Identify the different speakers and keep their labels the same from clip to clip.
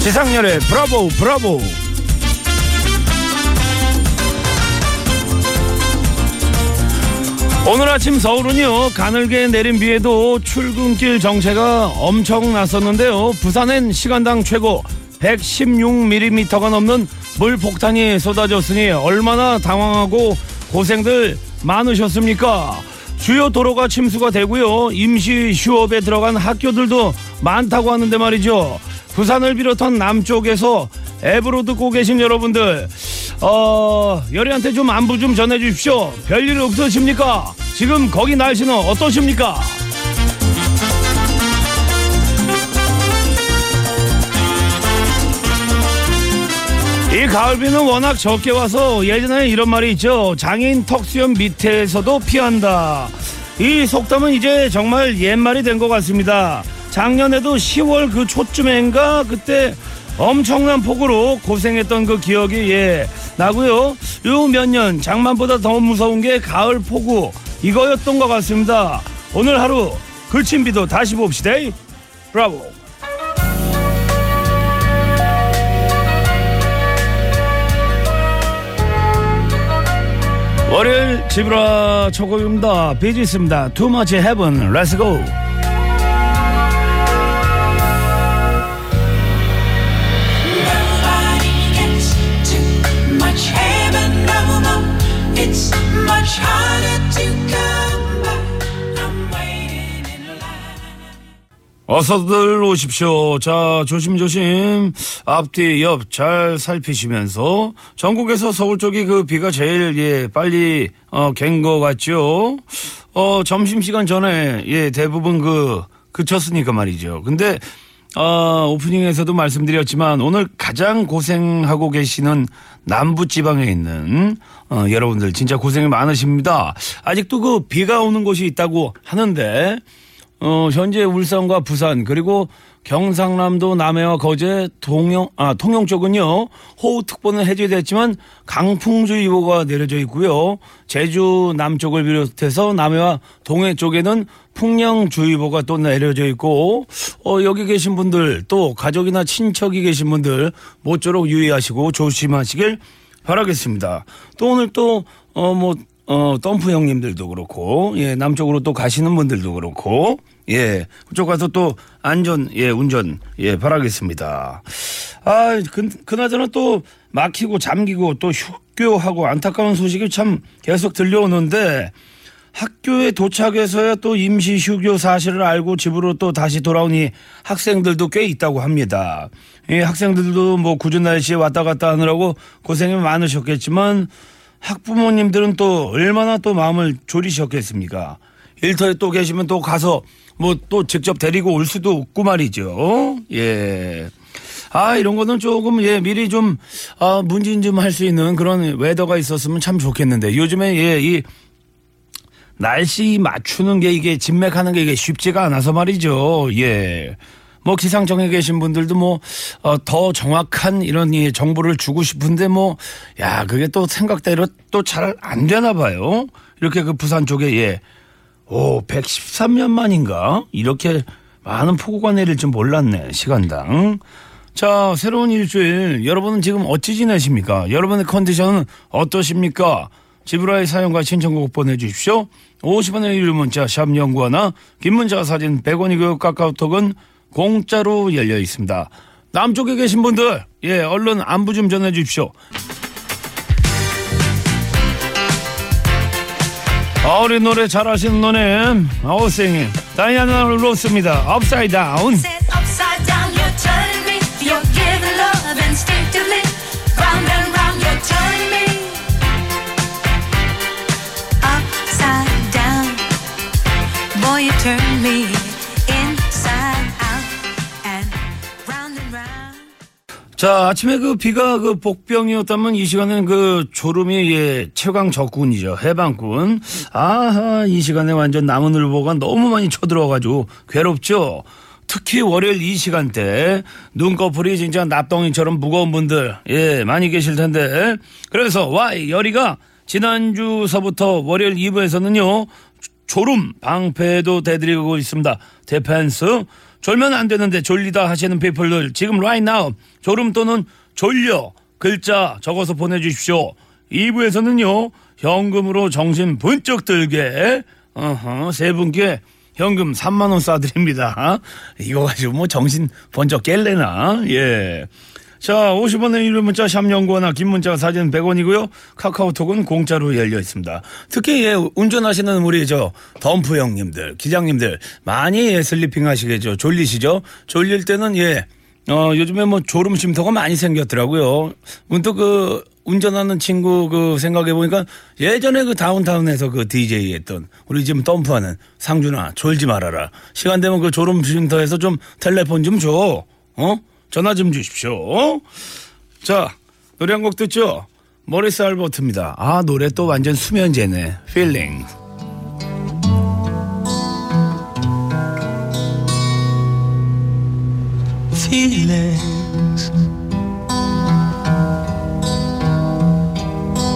Speaker 1: 지상렬의 브라보 브라보 오늘 아침 서울은요 가늘게 내린 비에도 출근길 정체가 엄청 났었는데요 부산엔 시간당 최고 116mm가 넘는 물폭탄이 쏟아졌으니 얼마나 당황하고 고생들 많으셨습니까 주요 도로가 침수가 되고요 임시 휴업에 들어간 학교들도 많다고 하는데 말이죠 부산을 비롯한 남쪽에서 앱으로 듣고 계신 여러분들 어, 열이한테 좀 안부 좀 전해주십시오. 별일 없으십니까? 지금 거기 날씨는 어떠십니까? 이 가을비는 워낙 적게 와서 예전에 이런 말이 있죠. 장인 턱수염 밑에서도 피한다. 이 속담은 이제 정말 옛말이 된 것 같습니다. 작년에도 10월 그 초쯤인가 그때 엄청난 폭우로 고생했던 그 기억이 예 나고요. 요 몇 년 장만보다 더 무서운 게 가을 폭우 이거였던 것 같습니다. 오늘 하루 그친 비도 다시 봅시다. 브라보. 월요일 지브라 초고입니다. 비지 있습니다. Too much heaven. Let's go.
Speaker 2: Nobody gets too much heaven, no more. It's much harder to come by. I'm waiting in line.
Speaker 1: 어서들 오십시오. 자, 조심조심. 앞뒤, 옆 잘 살피시면서. 전국에서 서울 쪽이 그 비가 제일, 예, 빨리, 어, 갠것 같죠? 어, 점심시간 전에, 예, 대부분 그, 그쳤으니까 말이죠. 근데, 어, 오프닝에서도 말씀드렸지만 오늘 가장 고생하고 계시는 남부 지방에 있는 어, 여러분들 진짜 고생이 많으십니다. 아직도 그 비가 오는 곳이 있다고 하는데 어, 현재 울산과 부산 그리고 경상남도 남해와 거제 동영 아 통영 쪽은요 호우특보는 해제됐지만 강풍주의보가 내려져 있고요 제주 남쪽을 비롯해서 남해와 동해 쪽에는 풍랑주의보가 또 내려져 있고 어, 여기 계신 분들 또 가족이나 친척이 계신 분들 모쪼록 유의하시고 조심하시길 바라겠습니다. 또 오늘 또어뭐 어, 덤프 형님들도 그렇고, 예, 남쪽으로 또 가시는 분들도 그렇고, 예, 그쪽 가서 또 안전, 예, 운전, 예, 바라겠습니다. 아, 그, 그나저나 또 막히고 잠기고 또 휴교하고 안타까운 소식이 참 계속 들려오는데, 학교에 도착해서야 또 임시 휴교 사실을 알고 집으로 또 다시 돌아오니 학생들도 꽤 있다고 합니다. 이 학생들도 뭐 굳은 날씨에 왔다 갔다 하느라고 고생이 많으셨겠지만 학부모님들은 또 얼마나 또 마음을 졸이셨겠습니까? 일터에 또 계시면 또 가서 뭐 또 직접 데리고 올 수도 없고 말이죠. 예. 아, 이런 거는 조금, 예, 미리 좀, 아, 문진 좀 할 수 있는 그런 웨더가 있었으면 참 좋겠는데. 요즘에, 예, 이 날씨 맞추는 게 이게 진맥하는 게 이게 쉽지가 않아서 말이죠. 예. 뭐 기상청에 계신 분들도 뭐 더 정확한 이런 이 정보를 주고 싶은데 뭐 야 그게 또 생각대로 또 잘 안 되나 봐요. 이렇게 그 부산 쪽에 예. 오 113년 만인가 이렇게 많은 폭우가 내릴 줄 몰랐네 시간당. 자 새로운 일주일 여러분은 지금 어찌 지내십니까? 여러분의 컨디션은 어떠십니까? 지브라의 사연과 신청곡 보내주십시오. 50원의 유료 문자 샵 연구하나 긴 문자 사진 100원이고 카카오톡은 공짜로 열려 있습니다. 남쪽에 계신 분들 예 얼른 안부 좀 전해주십시오. 아, 우리 노래 잘하시는 노님 아우생님 다이아나 로스입니다. 업사이드 다운.
Speaker 3: Set upside down, you're turning me. You're giving love instinctively. Round and round, you're turning me. Upside down, boy, you turn me inside out and round and round.
Speaker 1: 자, 아침에 그 비가 그 복병이었다면 이 시간엔 그 졸음이 예, 최강 적군이죠. 해방군. 아하, 이 시간에 완전 남은을보가 너무 많이 쳐들어와가지고 괴롭죠. 특히 월요일 이 시간대 눈꺼풀이 진짜 납덩이처럼 무거운 분들 예 많이 계실 텐데 그래서 와이 열이가 지난주서부터 월요일 2부에서는요 졸음 방패도 대드리고 있습니다. 데펜스 졸면 안 되는데 졸리다 하시는 people 지금 right now 졸음 또는 졸려 글자 적어서 보내주십시오. 2부에서는요 현금으로 정신 번쩍 들게 어허, 세 분께 현금 3만 원 쏴드립니다. 이거 가지고 뭐 정신 번쩍 깰래나 예. 자 50원의 유료 문자 샵 연구원화 긴 문자 사진 100원이고요. 카카오톡은 공짜로 열려 있습니다. 특히 예, 운전하시는 우리 저 덤프 형님들 기장님들 많이 예, 슬리핑 하시겠죠. 졸리시죠. 졸릴 때는 예. 어, 요즘에 뭐 졸음 쉼터가 많이 생겼더라고요. 문득 그 운전하는 친구 그 생각해 보니까 예전에 그 다운타운에서 그 DJ 했던 우리 지금 덤프하는 상준아 졸지 말아라. 시간 되면 그 졸음 쉼터에서 좀 텔레폰 좀 줘. 어? 전화 좀 주십시오. 어? 자, 노래 한 곡 듣죠? 머리스 알버트입니다. 아, 노래 또 완전 수면제네. Feeling.
Speaker 4: feelings.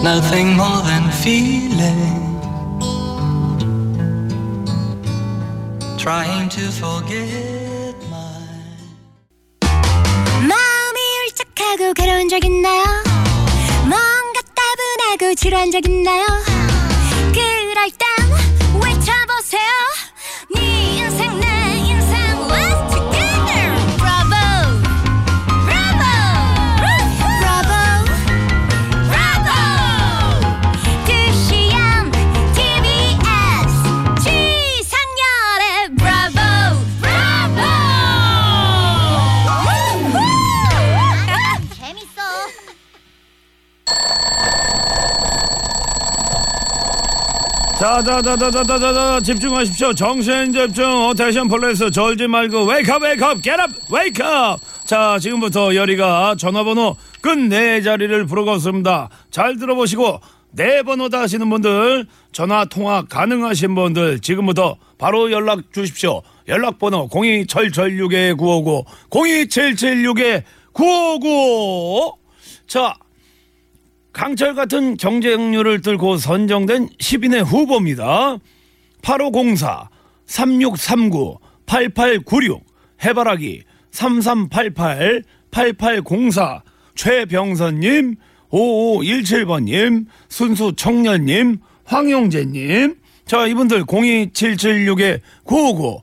Speaker 4: Nothing more than feelings. Trying to forget my
Speaker 5: 마음이 울적하고 괴로운 적 있나요? 뭔가 따분하고 지루한 적 있나요? 그럴 땐 외쳐보세요 네 인생 내 인생 Let's together Bravo Bravo Bravo Bravo 2시엔 TBS 지상렬의 Bravo Bravo 재밌어
Speaker 1: 자, 자, 자, 자, 자, 자, 자, 자, 집중하십시오. 정신 집중. 어테션 폴레스 절지 말고 웨이크업, 웨이크업, 겟업, 웨이크업. 자, 지금부터 열이가 전화번호 끝 네 자리를 부르겠습니다. 잘 들어보시고 네 번호다 하시는 분들, 전화 통화 가능하신 분들 지금부터 바로 연락 주십시오. 연락번호 02776-959, 02776-959. 자, 강철 같은 경쟁률을 뚫고 선정된 10인의 후보입니다. 8504, 3639, 8896, 해바라기, 3388, 8804, 최병선님, 5517번님, 순수청년님, 황용재님. 자, 이분들 02776-959,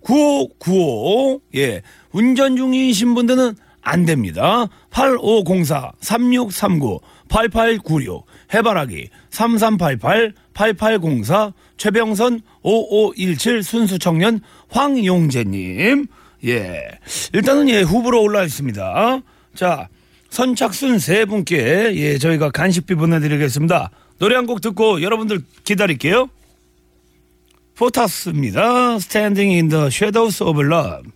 Speaker 1: 02776-9595. 예. 운전 중이신 분들은 안 됩니다. 8504 3639 8896 해바라기 3388 8804 최병선 5517 순수 청년 황용재 님. 예. 일단은 예 후보로 올라 있습니다. 자, 선착순 세 분께 예 저희가 간식비 보내 드리겠습니다. 노래 한 곡 듣고 여러분들 기다릴게요. 포타스입니다. Standing in the Shadows of Love.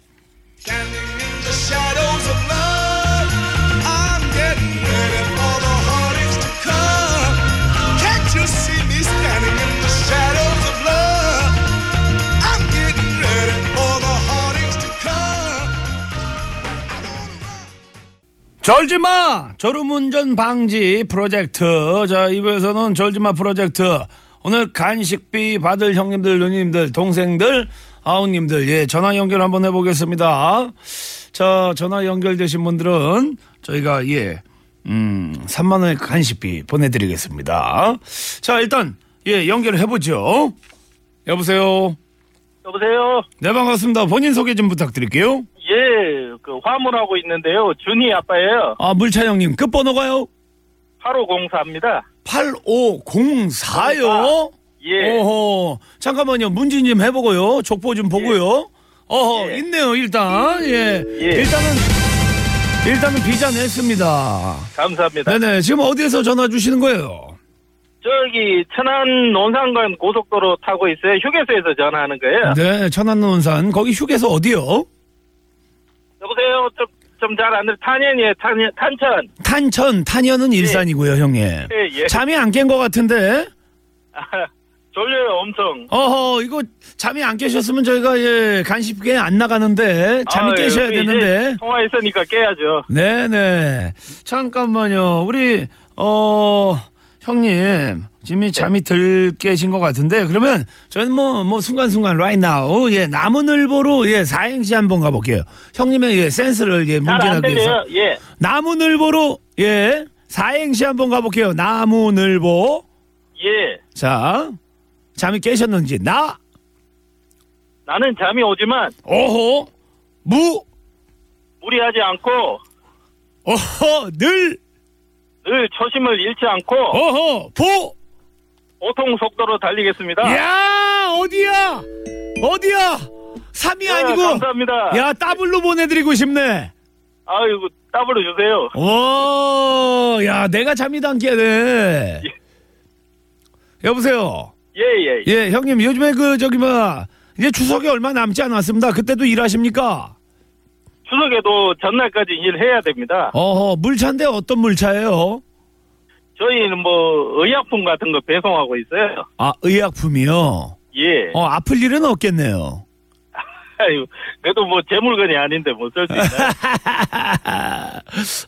Speaker 6: Standing in the shadows of love, I'm getting ready for the hardest to come. Can't you see me standing in the shadows of love? I'm getting ready for the hardest to come.
Speaker 1: 절지마 졸음운전 방지 프로젝트 자 2부에서는 절지마 프로젝트 오늘 간식비 받을 형님들 누님들 동생들 아우님들 예 전화 연결 한번 해보겠습니다 자 전화 연결되신 분들은 저희가 예 음, 3만원의 간식비 보내드리겠습니다 자 일단 예 연결해보죠 여보세요
Speaker 7: 여보세요.
Speaker 1: 네 반갑습니다 본인 소개 좀 부탁드릴게요
Speaker 7: 예, 그 화물하고 있는데요. 준이 아빠예요.
Speaker 1: 아 물차 형님 끝번호가요
Speaker 7: 8504입니다.
Speaker 1: 8504요?
Speaker 7: 예.
Speaker 1: 어허. 잠깐만요. 문진 좀 해보고요. 족보 좀 보고요. 어허,
Speaker 7: 예.
Speaker 1: 있네요, 일단. 예.
Speaker 7: 예.
Speaker 1: 일단은, 일단은 비자 냈습니다.
Speaker 7: 감사합니다.
Speaker 1: 네네. 지금 어디에서 전화 주시는 거예요?
Speaker 7: 저기 천안 논산간 고속도로 타고 있어요. 휴게소에서 전화하는 거예요.
Speaker 1: 네, 천안논산. 거기 휴게소 어디요?
Speaker 7: 여보세요. 좀 잘 안 들려. 탄현이에요. 탄현, 탄천.
Speaker 1: 탄천, 탄현은 일산이고요, 형님.
Speaker 7: 예, 예.
Speaker 1: 잠이 안 깬 것 같은데?
Speaker 7: 아, 졸려요, 엄청.
Speaker 1: 어허, 이거 잠이 안 깨셨으면 저희가, 예, 간식에 안 나가는데, 잠이
Speaker 7: 아,
Speaker 1: 깨셔야
Speaker 7: 여기 이제
Speaker 1: 되는데.
Speaker 7: 통화했으니까 깨야죠.
Speaker 1: 네네. 잠깐만요. 우리, 어, 형님, 지금 잠이 들 깨신 것 같은데, 그러면 저는 뭐, 뭐, 순간순간, right now, 예, 나무늘보로, 예, 사행시 한번 가볼게요. 형님의, 예, 센스를, 예,
Speaker 7: 잘 안
Speaker 1: 문제하기 위해서.
Speaker 7: 들려요. 예.
Speaker 1: 나무늘보로, 예, 사행시 한번 가볼게요. 나무늘보.
Speaker 7: 예.
Speaker 1: 자, 잠이 깨셨는지, 나,
Speaker 7: 나는 잠이 오지만
Speaker 1: 오호, 무,
Speaker 7: 무리하지 않고
Speaker 1: 오호, 늘,
Speaker 7: 늘 초심을 잃지 않고
Speaker 1: 오호, 보,
Speaker 7: 보통 속도로 달리겠습니다.
Speaker 1: 예, 야 어디야 어디야 3이
Speaker 7: 예,
Speaker 1: 아니고
Speaker 7: 감사합니다.
Speaker 1: 야 더블로 보내드리고 싶네
Speaker 7: 아이고 따블로 주세요.
Speaker 1: 오야 내가 잠이 담기네 여보세요
Speaker 7: 예예.
Speaker 1: 예 형님 요즘에 그 저기 뭐 이제 추석이 얼마 남지 않았습니다 그때도 일하십니까
Speaker 7: 추석에도 전날까지 일해야 됩니다.
Speaker 1: 어허 물차인데 어떤 물차예요
Speaker 7: 저희는 뭐 의약품 같은 거 배송하고 있어요.
Speaker 1: 아 의약품이요
Speaker 7: 예.
Speaker 1: 어 아플 일은 없겠네요
Speaker 7: 아이고, 그래도 뭐 제 물건이 아닌데 뭐 쓸 수 있나요?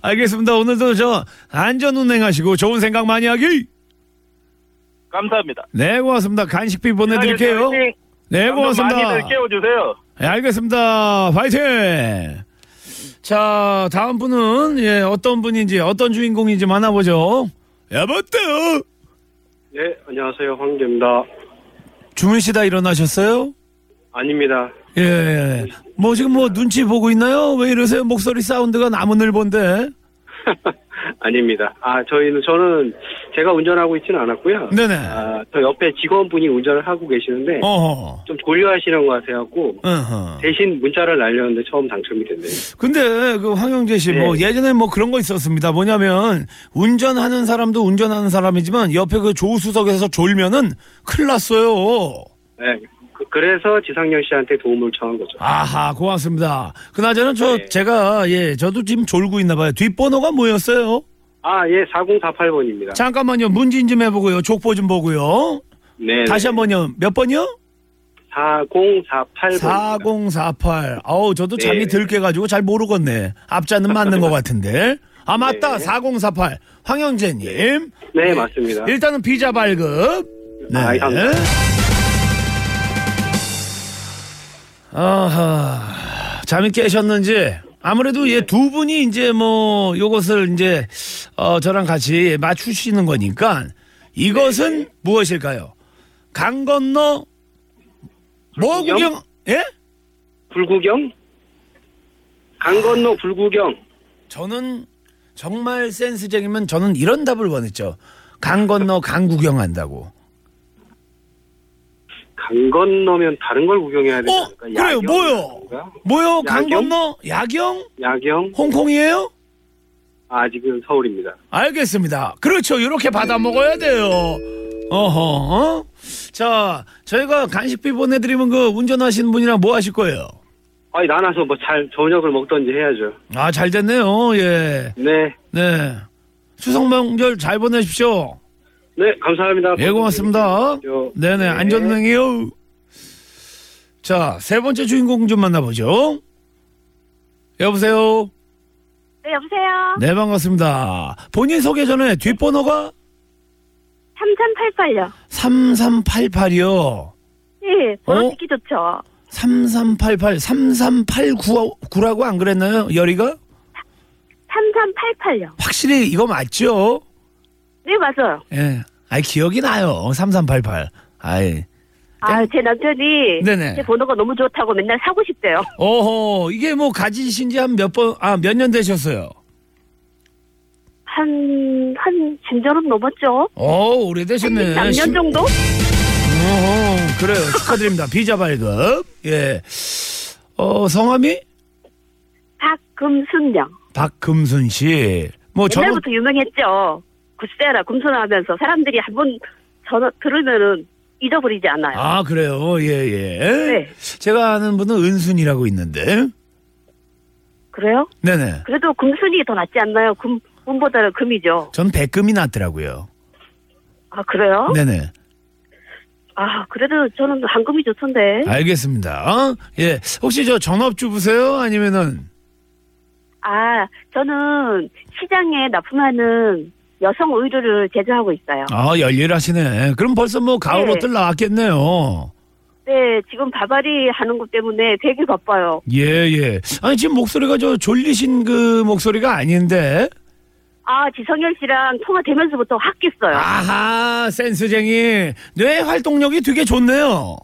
Speaker 1: 알겠습니다 오늘도 저 안전운행하시고 좋은 생각 많이 하기
Speaker 7: 감사합니다.
Speaker 1: 네 고맙습니다 간식비 보내드릴게요
Speaker 7: 화이팅!
Speaker 1: 네
Speaker 7: 예, 많이들
Speaker 1: 고맙습니다
Speaker 7: 깨워주세요.
Speaker 1: 네, 알겠습니다 파이팅 자 다음 분은 예 어떤 분인지 어떤 주인공인지 만나보죠 여보세요
Speaker 8: 예, 안녕하세요. 황재입니다.
Speaker 1: 주무시다 일어나셨어요?
Speaker 8: 아닙니다.
Speaker 1: 예, 뭐 지금 뭐 눈치 보고 있나요? 왜 이러세요? 목소리 사운드가 나무늘본데.
Speaker 8: 아닙니다. 아, 저희는, 저는 제가 운전하고 있지는 않았고요.
Speaker 1: 네네.
Speaker 8: 아, 저 옆에 직원분이 운전을 하고 계시는데,
Speaker 1: 어허.
Speaker 8: 좀 고려하시는 것 같아갖고,
Speaker 1: 어허.
Speaker 8: 대신 문자를 날렸는데 처음 당첨이 됐네요.
Speaker 1: 근데 그 황영재 씨 뭐
Speaker 8: 네.
Speaker 1: 예전에 뭐 그런 거 있었습니다. 뭐냐면 운전하는 사람도 운전하는 사람이지만 옆에 그 조수석에서 졸면은 큰일 났어요.
Speaker 8: 네. 그, 래서 지상렬 씨한테 도움을 청한 거죠.
Speaker 1: 아하 고맙습니다. 그나저나 저
Speaker 8: 네.
Speaker 1: 제가 예 저도 지금 졸고 있나 봐요. 뒷번호가 뭐였어요?
Speaker 8: 아, 예, 4048번입니다.
Speaker 1: 잠깐만요. 문진 좀 해보고요. 족보 좀 보고요.
Speaker 8: 네.
Speaker 1: 다시 한 번요. 몇 번이요?
Speaker 8: 4048번.
Speaker 1: 4048. 아우 저도
Speaker 8: 네,
Speaker 1: 잠이
Speaker 8: 네.
Speaker 1: 들깨 가지고 잘 모르겠네. 앞자는 맞는 것 같은데. 아 맞다.
Speaker 8: 네.
Speaker 1: 4048. 황영재님.
Speaker 8: 네, 맞습니다.
Speaker 1: 일단은 비자 발급. 네.
Speaker 8: 아, 감사합니다.
Speaker 1: 아하, 잠이 깨셨는지 아무래도 얘두 분이 이제 뭐 요것을 이제 어, 저랑 같이 맞추시는 거니까 이것은
Speaker 8: 네.
Speaker 1: 무엇일까요? 강 건너 뭐
Speaker 8: 불구경?
Speaker 1: 구경? 예?
Speaker 8: 불구경? 강 건너 불구경.
Speaker 1: 저는 정말 센스쟁이면 저는 이런 답을 원했죠. 강 건너 강 구경한다고.
Speaker 8: 강 건너면 다른 걸 구경해야 되지
Speaker 1: 어?
Speaker 8: 않을까?
Speaker 1: 그래요.
Speaker 8: 야경
Speaker 1: 뭐요?
Speaker 8: 같은가?
Speaker 1: 뭐요? 강
Speaker 8: 야경?
Speaker 1: 건너 야경?
Speaker 8: 야경?
Speaker 1: 홍콩이에요?
Speaker 8: 아, 지금 서울입니다.
Speaker 1: 알겠습니다. 그렇죠. 이렇게 받아 먹어야 돼요. 어허. 어? 자, 저희가 간식비 보내드리면 그 운전하시는 분이랑 뭐 하실 거예요?
Speaker 8: 아니, 나눠서 뭐 잘 저녁을 먹던지 해야죠.
Speaker 1: 아, 잘 됐네요. 예.
Speaker 8: 네.
Speaker 1: 네. 추석 명절 잘 보내십시오.
Speaker 8: 네, 감사합니다.
Speaker 1: 예, 고맙습니다. 네네,
Speaker 8: 네.
Speaker 1: 안전운행이요. 자, 세 번째 주인공 좀 만나보죠. 여보세요?
Speaker 5: 네, 여보세요.
Speaker 1: 네, 반갑습니다. 본인 소개 전에 뒷번호가
Speaker 5: 3388요.
Speaker 1: 3388이요.
Speaker 5: 예,
Speaker 1: 어?
Speaker 5: 번호 듣기 좋죠.
Speaker 1: 3388, 3389라고 안 그랬나요? 열이가?
Speaker 5: 3388요.
Speaker 1: 확실히 이거 맞죠?
Speaker 5: 네, 맞아요.
Speaker 1: 예. 아이, 기억이 나요. 3388. 아이.
Speaker 5: 아, 제 남편이
Speaker 1: 네네.
Speaker 5: 제 번호가 너무 좋다고 맨날 사고 싶대요.
Speaker 1: 어허, 이게 뭐 가지신 지 한 몇 번, 아, 몇 년 되셨어요?
Speaker 5: 한, 한, 진절은 넘었죠?
Speaker 1: 어, 오래되셨네.
Speaker 5: 3년
Speaker 1: 심-
Speaker 5: 정도?
Speaker 1: 어허, 그래요. 축하드립니다. 비자 발급. 예. 어, 성함이?
Speaker 5: 박금순령.
Speaker 1: 박금순 씨. 뭐, 저는,
Speaker 5: 옛날부터 유명했죠. 굿세라 금순 하면서 사람들이 한 번 전화 들으면은 잊어버리지 않아요.
Speaker 1: 아, 그래요. 예, 예.
Speaker 5: 네.
Speaker 1: 제가 아는 분은 은순이라고 있는데.
Speaker 5: 그래요?
Speaker 1: 네네.
Speaker 5: 그래도 금순이 더 낫지 않나요? 금, 금보다는 금이죠.
Speaker 1: 전 백금이 났더라고요.
Speaker 5: 아, 그래요?
Speaker 1: 네네.
Speaker 5: 아, 그래도 저는 한금이 좋던데.
Speaker 1: 알겠습니다. 어? 예. 혹시 저 전업주부세요? 아니면은
Speaker 5: 아, 저는 시장에 납품하는 여성 의류를 제조하고 있어요.
Speaker 1: 아, 열일하시네. 그럼 벌써 뭐 가을
Speaker 5: 네.
Speaker 1: 옷들 나왔겠네요.
Speaker 5: 네, 지금 바바리 하는 것 때문에 되게 바빠요.
Speaker 1: 예, 예. 아니, 지금 목소리가 저 졸리신 그 목소리가 아닌데.
Speaker 5: 아, 지성열 씨랑 통화되면서부터 확 깼어요.
Speaker 1: 아하, 센스쟁이. 뇌 활동력이 되게 좋네요.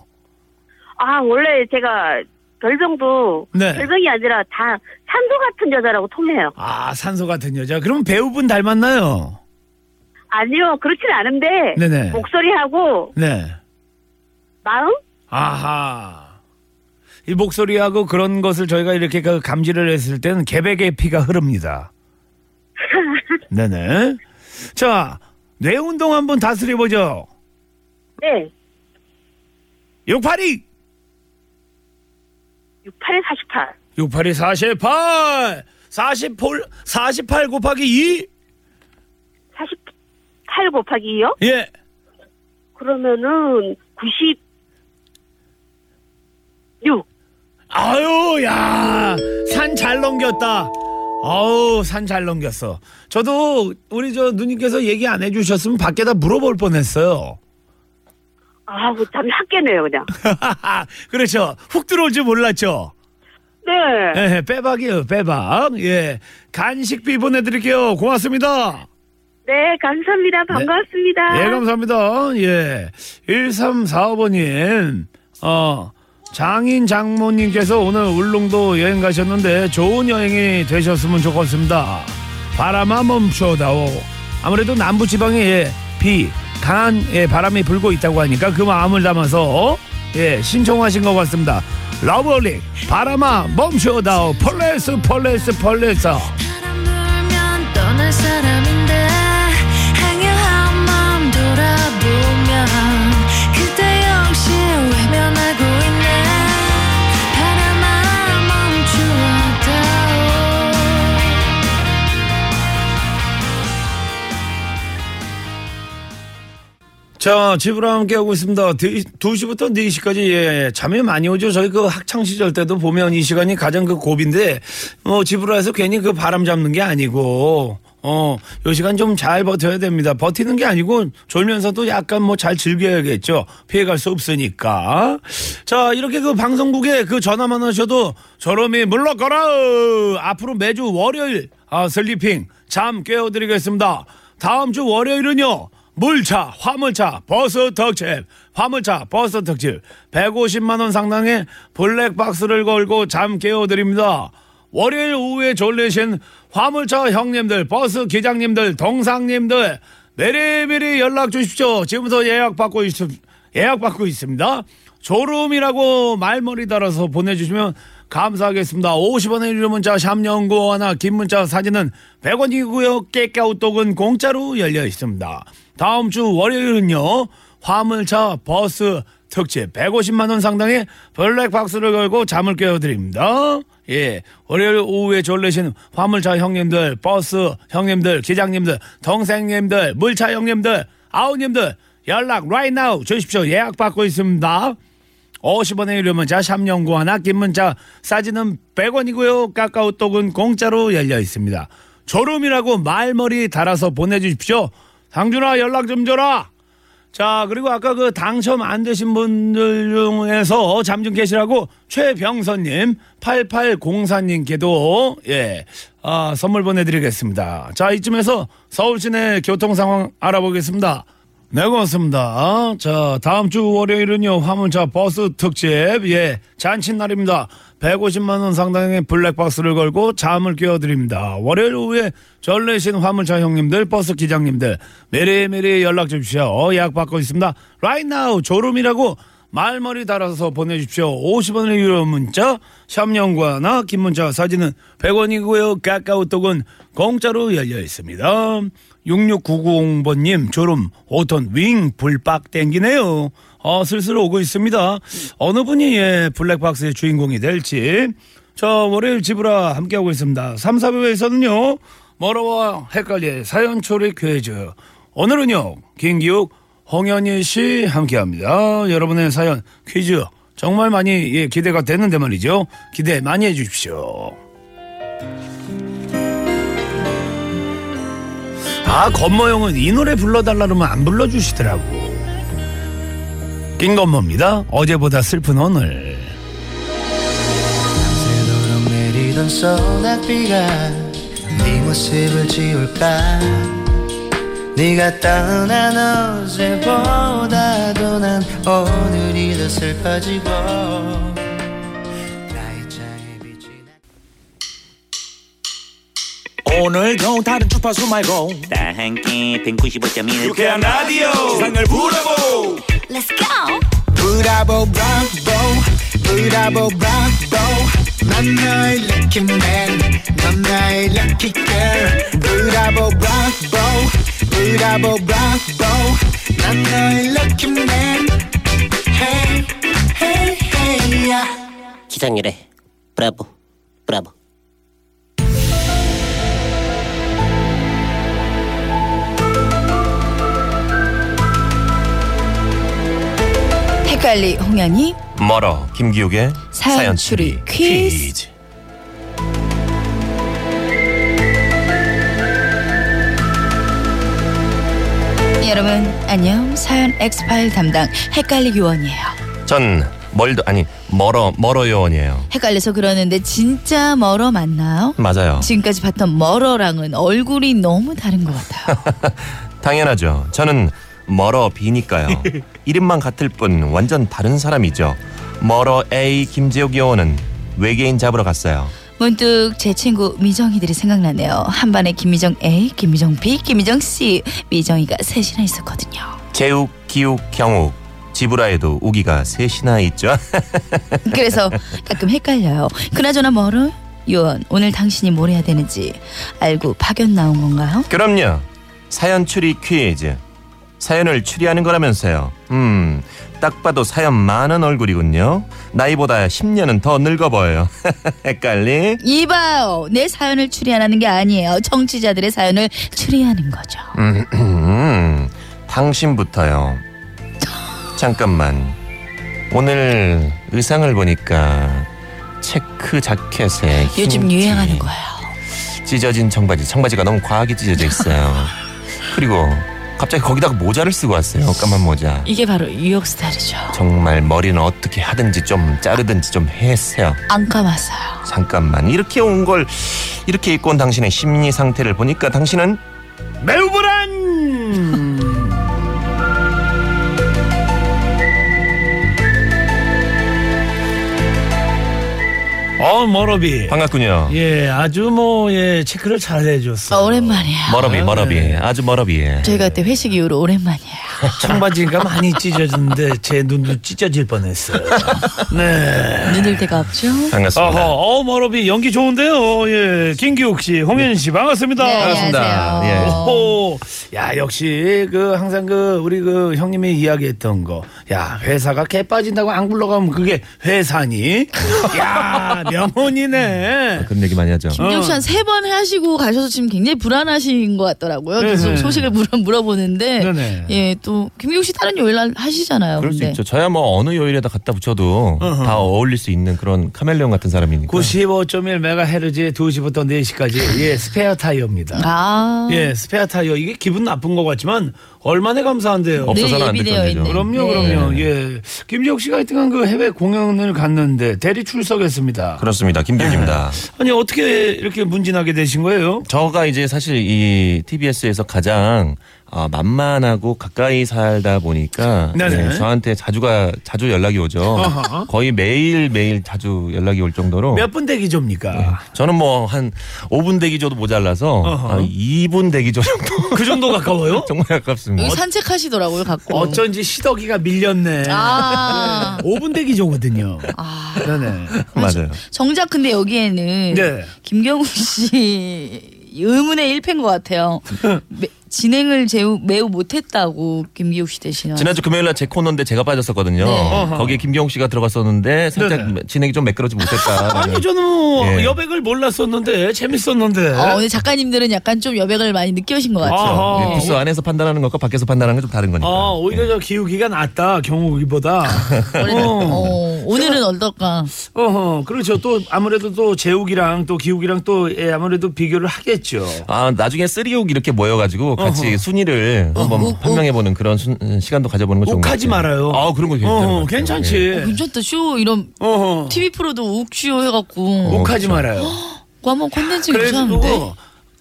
Speaker 5: 아, 원래 제가 별명도
Speaker 1: 네.
Speaker 5: 별명이 아니라 다 산소 같은 여자라고 통해요.
Speaker 1: 아, 산소 같은 여자. 그럼 배우분 닮았나요?
Speaker 5: 아니요, 그렇진 않은데
Speaker 1: 네네.
Speaker 5: 목소리하고
Speaker 1: 네.
Speaker 5: 마음?
Speaker 1: 아하. 이 목소리하고 그런 것을 저희가 이렇게 그 감지를 했을 때는 개백의 피가 흐릅니다. 네네. 자, 뇌 운동 한번 다스려보죠.
Speaker 5: 네,
Speaker 1: 욕파리!
Speaker 5: 68에 48.
Speaker 1: 욕파리 48! 48, 48 곱하기 2?
Speaker 5: 48 곱하기 2요?
Speaker 1: 예.
Speaker 5: 그러면은 96.
Speaker 1: 아유, 야, 산 잘 넘겼다. 아우, 산 잘 넘겼어. 저도 우리 저 누님께서 얘기 안 해주셨으면 밖에다 물어볼 뻔했어요.
Speaker 5: 아, 뭐 잠이 확 깨네요, 그냥.
Speaker 1: 그렇죠. 훅 들어올 줄 몰랐죠.
Speaker 5: 네.
Speaker 1: 예, 빼박이에요, 빼박. 예. 간식비 보내드릴게요. 고맙습니다.
Speaker 5: 네, 감사합니다. 반갑습니다.
Speaker 1: 예, 감사합니다. 예. 1345번님, 어, 장인 장모님께서 오늘 울릉도 여행 가셨는데 좋은 여행이 되셨으면 좋겠습니다. 바람아 멈춰다오. 아무래도 남부지방에 예, 비, 강한 예, 바람이 불고 있다고 하니까 그 마음을 담아서 예, 신청하신 것 같습니다. 러블리, 바람아 멈춰다오. 폴레스, 폴레스, 폴레스.
Speaker 3: 바람불면 떠날 사람인데 항여한 마음 돌아보면 그때 역시 외면하고 있네 바람아 멈추었다오
Speaker 1: 자, 집으로 함께하고 있습니다. 네, 2시부터 4시까지, 예, 잠이 많이 오죠. 저희 그 학창시절 때도 보면 이 시간이 가장 그 고비인데, 어, 집으로 해서 괜히 그 바람 잡는 게 아니고, 어, 요 시간 좀 잘 버텨야 됩니다. 버티는 게 아니고, 졸면서도 약간 뭐 잘 즐겨야겠죠. 피해갈 수 없으니까. 자, 이렇게 그 방송국에 그 전화만 하셔도, 저놈이 물러가라! 앞으로 매주 월요일, 아, 슬리핑, 잠 깨워드리겠습니다. 다음 주 월요일은요, 물차, 화물차, 버스 특집, 화물차, 버스 특집, 150만원 상당의 블랙박스를 걸고 잠 깨워드립니다. 월요일 오후에 졸리신 화물차 형님들, 버스 기장님들, 동상님들, 미리미리 연락 주십시오. 지금부터 예약받고 있, 예약받고 있습니다. 졸음이라고 말머리 달아서 보내주시면 감사하겠습니다. 50원의 유료 문자 샵연구 하나 긴 문자 사진은 100원이고요. 깨까우떡은 공짜로 열려 있습니다. 다음 주 월요일은요. 화물차 버스 특집 150만 원 상당의 블랙박스를 걸고 잠을 깨워드립니다. 예, 월요일 오후에 졸리신 화물차 형님들, 버스 형님들, 기장님들, 동생님들, 물차 형님들, 아우님들 연락 right now 주십시오. 예약 받고 있습니다. 50원의 유료 문자 샵연구 하나 긴 문자 싸지는 100원이고요. 카카오톡은 공짜로 열려 있습니다. 졸음이라고 말머리 달아서 보내주십시오. 상준아 연락 좀 줘라. 자 그리고 아까 그 당첨 안 되신 분들 중에서 잠 좀 계시라고 최병선님 8804님께도 예 아, 선물 보내드리겠습니다. 자 이쯤에서 서울 시내 교통 상황 알아보겠습니다. 네, 고맙습니다. 자, 다음 주 월요일은요, 화물차 버스 특집, 예, 잔칫날입니다. 150만원 상당의 블랙박스를 걸고 잠을 깨워드립니다. 월요일 오후에 전례신 화물차 형님들, 버스 기장님들, 매일매일 연락 주십시오. 어, 예약 받고 있습니다. Right now, 졸음이라고 말머리 달아서 보내주십시오. 50원의 유료 문자, 샵연구하나, 긴 문자, 사진은 100원이고요. 카카오톡은 공짜로 열려 있습니다. 66990번님, 졸음, 5톤 윙, 불빡 땡기네요. 어, 슬슬 오고 있습니다. 어느 분이, 예, 블랙박스의 주인공이 될지. 저, 월요일 집으라 함께하고 있습니다. 3, 4부에서는요, 멀어와 헷갈릴 사연 초리 퀴즈. 오늘은요, 김기욱, 홍현희 씨 함께합니다. 여러분의 사연 퀴즈 정말 많이 예, 기대가 되는데 말이죠. 기대 많이 해주십시오. 아 건모형은 이 노래 불러달라 그러면 안 불러주시더라고 낀 건모입니다 어제보다 슬픈 오늘
Speaker 4: 새도록 내리던 소낙비가 네 모습을 지울까 네가 떠난 어제보다도 난 오늘이 더 슬퍼지고 나의 창에 빛이 나
Speaker 9: 오늘도 다른 주파수 말고
Speaker 10: 다 함께 195.1
Speaker 11: 유쾌한 라디오 세상을 부러보
Speaker 12: Let's go!
Speaker 9: 브라보 브라보 브라보 브라보 넌 나의 lucky man 넌 나의 lucky girl 브라보 브라보 브라보 브라보 넌 나의 lucky man Hey hey hey yeah
Speaker 10: 기상률에 브라보 브라보
Speaker 13: 헷갈리 홍연이
Speaker 11: 멀어 김기욱의
Speaker 13: 사연 추리 퀴즈. 여러분 안녕 사연 엑스파일 담당 헷갈리 요원이에요
Speaker 11: 전 멀도 아니 멀어 멀어 요원이에요
Speaker 13: 헷갈려서 그러는데 진짜 멀어 맞나요?
Speaker 11: 맞아요
Speaker 13: 지금까지 봤던 멀어랑은 얼굴이 너무 다른 것 같아요
Speaker 11: 당연하죠 저는 멀어 비니까요 이름만 같을 뿐 완전 다른 사람이죠 멀어 A 김재욱 요원은 외계인 잡으러 갔어요
Speaker 13: 문득 제 친구 미정이들이 생각나네요 한반에 김미정 A, 김미정 B, 김미정 C 미정이가 셋이나 있었거든요
Speaker 11: 재욱 기욱 경욱 지브라에도 우기가 셋이나 있죠
Speaker 13: 그래서 가끔 헷갈려요. 그나저나 뭐를? 요원, 오늘 당신이 뭘 해야 되는지 알고 파견 나온 건가요?
Speaker 11: 그럼요. 사연 추리 퀴즈. 사연을 추리하는 거라면서요. 음, 딱 봐도 사연 많은 얼굴이군요. 나이보다 10년은 더 늙어 보여요. 헷갈리?
Speaker 13: 이봐요. 내 사연을 추리하는 게 아니에요. 청취자들의 사연을 추리하는 거죠.
Speaker 11: 음, 당신부터요. 잠깐만. 오늘 의상을 보니까 체크 자켓에 흰
Speaker 13: 요즘
Speaker 11: 티,
Speaker 13: 유행하는 거예요.
Speaker 11: 찢어진 청바지. 청바지가 너무 과하게 찢어져 있어요. 그리고 갑자기 거기다가 모자를 쓰고 왔어요. 까만 모자.
Speaker 13: 이게 바로 유혹 스타일이죠.
Speaker 11: 정말 머리는 어떻게 하든지 좀 자르든지 좀 했어요.
Speaker 13: 안 감았어요.
Speaker 11: 잠깐만 이렇게 온 걸 이렇게 입고 온 당신의 심리 상태를 보니까 당신은 매우 불안.
Speaker 1: 어 머러비
Speaker 11: 반갑군요.
Speaker 1: 예 아주 뭐예 체크를 잘 해줬어
Speaker 13: 오랜만이에요.
Speaker 11: 머러비 머러비 아주 머러비.
Speaker 13: 저희가 그때 회식 이후로 오랜만이에요.
Speaker 1: 청바지가 많이 찢어졌는데 제 눈도 찢어질 뻔했어요 네
Speaker 13: 눈을 데가 없죠?
Speaker 1: 어허,
Speaker 11: 반갑습니다.
Speaker 1: 어, 머러비 연기 좋은데요. 예, 김기욱 씨, 홍현 씨, 반갑습니다.
Speaker 13: 네,
Speaker 11: 반갑습니다.
Speaker 13: 안녕하세요.
Speaker 11: 예.
Speaker 1: 오, 야 역시 그 항상 그 우리 그 형님이 이야기했던 거, 야 회사가 개 빠진다고 안 굴러가면 그게 회사니? 야 명언이네.
Speaker 11: 그런 얘기 많이 하죠.
Speaker 13: 김정 씨한 세 번 하시고 가셔서 지금 굉장히 불안하신 것 같더라고요. 계속
Speaker 1: 네네.
Speaker 13: 소식을 물어, 물어보는데
Speaker 1: 네네.
Speaker 13: 예, 또 김경 씨 다른 요일 날 하시잖아요.
Speaker 11: 그럴 수
Speaker 13: 근데.
Speaker 11: 있죠. 저야 뭐 어느 요일에다 갖다 붙여도 다 어울릴 수 있는 그런 카멜레온 같은 사람이니까.
Speaker 1: 그 95.1 메가헤르츠에 2시부터 4시까지 예 스페어 타이어입니다.
Speaker 13: 아.
Speaker 1: 예 스페어 타이어 이게 기분 나쁜 것 같지만 얼마나 감사한데요.
Speaker 11: 없- 없어서는 안
Speaker 13: 예비되어
Speaker 11: 됐던 일이죠.
Speaker 13: 있는.
Speaker 1: 그럼요,
Speaker 13: 네.
Speaker 1: 그럼요. 예, 김지혁 씨가 하여튼간 그 해외 공연을 갔는데 대리 출석했습니다.
Speaker 11: 그렇습니다. 김기욱입니다.
Speaker 1: 아니 어떻게 이렇게 문진하게 되신 거예요?
Speaker 11: 네. 저가 이제 사실 이 TBS에서 가장 어, 만만하고 가까이 살다 보니까
Speaker 1: 네네.
Speaker 11: 네, 저한테 자주가 자주 연락이 오죠.
Speaker 1: 어허.
Speaker 11: 거의 매일 매일 자주 연락이 올 정도로.
Speaker 1: 몇 분
Speaker 13: 아.
Speaker 1: 대기조입니까?
Speaker 11: 저는 뭐 한 5분 대기조도 모자라서
Speaker 1: 어허.
Speaker 11: 아, 2분 대기조 정도
Speaker 1: 그 정도 가까워요?
Speaker 11: 정말
Speaker 13: 여기
Speaker 11: 가깝습니다.
Speaker 13: 산책하시더라고요, 갖고.
Speaker 1: 어, 어쩐지 시덕이가 밀렸네.
Speaker 13: 아.
Speaker 1: 5분 대기조거든요.
Speaker 13: 아.
Speaker 1: 네네.
Speaker 11: 맞아요.
Speaker 13: 정작 근데 여기에는
Speaker 1: 네.
Speaker 13: 김경우 씨 의문의 일패인 것 같아요. 매- 진행을 제우, 매우 못했다고 김기욱 씨
Speaker 1: 아.
Speaker 13: 대신에.
Speaker 11: 지난주 금요일 날 제 코너인데 제가 빠졌었거든요. 어,
Speaker 13: 네.
Speaker 11: 거기에 김경 씨가 들어갔었는데 살짝
Speaker 1: 네네.
Speaker 11: 진행이 좀 매끄러지 못했다.
Speaker 1: 아니 저는 뭐
Speaker 11: 예.
Speaker 1: 여백을 몰랐었는데 재밌었는데.
Speaker 13: 어, 오늘 작가님들은 약간 좀 여백을 많이 느껴신 것 같아요.
Speaker 1: 네? 아하.
Speaker 11: 네, 부스 안에서 판단하는 것과
Speaker 1: 어,
Speaker 11: 밖에서 판단하는 건 좀 다른 거니까.
Speaker 1: 아, 오히려
Speaker 11: 예.
Speaker 1: 저 기우기가 낫다 경욱이보다.
Speaker 13: 원래
Speaker 1: 어.
Speaker 13: 어, 오늘은 어떨까?
Speaker 1: 어허, 그렇죠. 또 아무래도 또 재욱이랑 또 기욱이랑 또 예, 아무래도 비교를 하겠죠.
Speaker 11: 아 나중에 쓰리옥 이렇게 모여가지고 같이
Speaker 1: 어허. 어.
Speaker 11: 순위를 한번 판명해보는 그런 순- 시간도 가져보는 거 좋은 것
Speaker 1: 욱하지
Speaker 11: 같아요.
Speaker 1: 말아요.
Speaker 11: 아 그런 거 괜찮은 것
Speaker 1: 어,
Speaker 11: 같아요.
Speaker 1: 괜찮지.
Speaker 11: 예.
Speaker 13: 괜찮다 쇼 이런 TV 프로도 욱쇼 해갖고
Speaker 1: 욱하지 말아요.
Speaker 13: 한번 콘텐츠
Speaker 1: 그래서
Speaker 13: 괜찮은데?
Speaker 1: 그거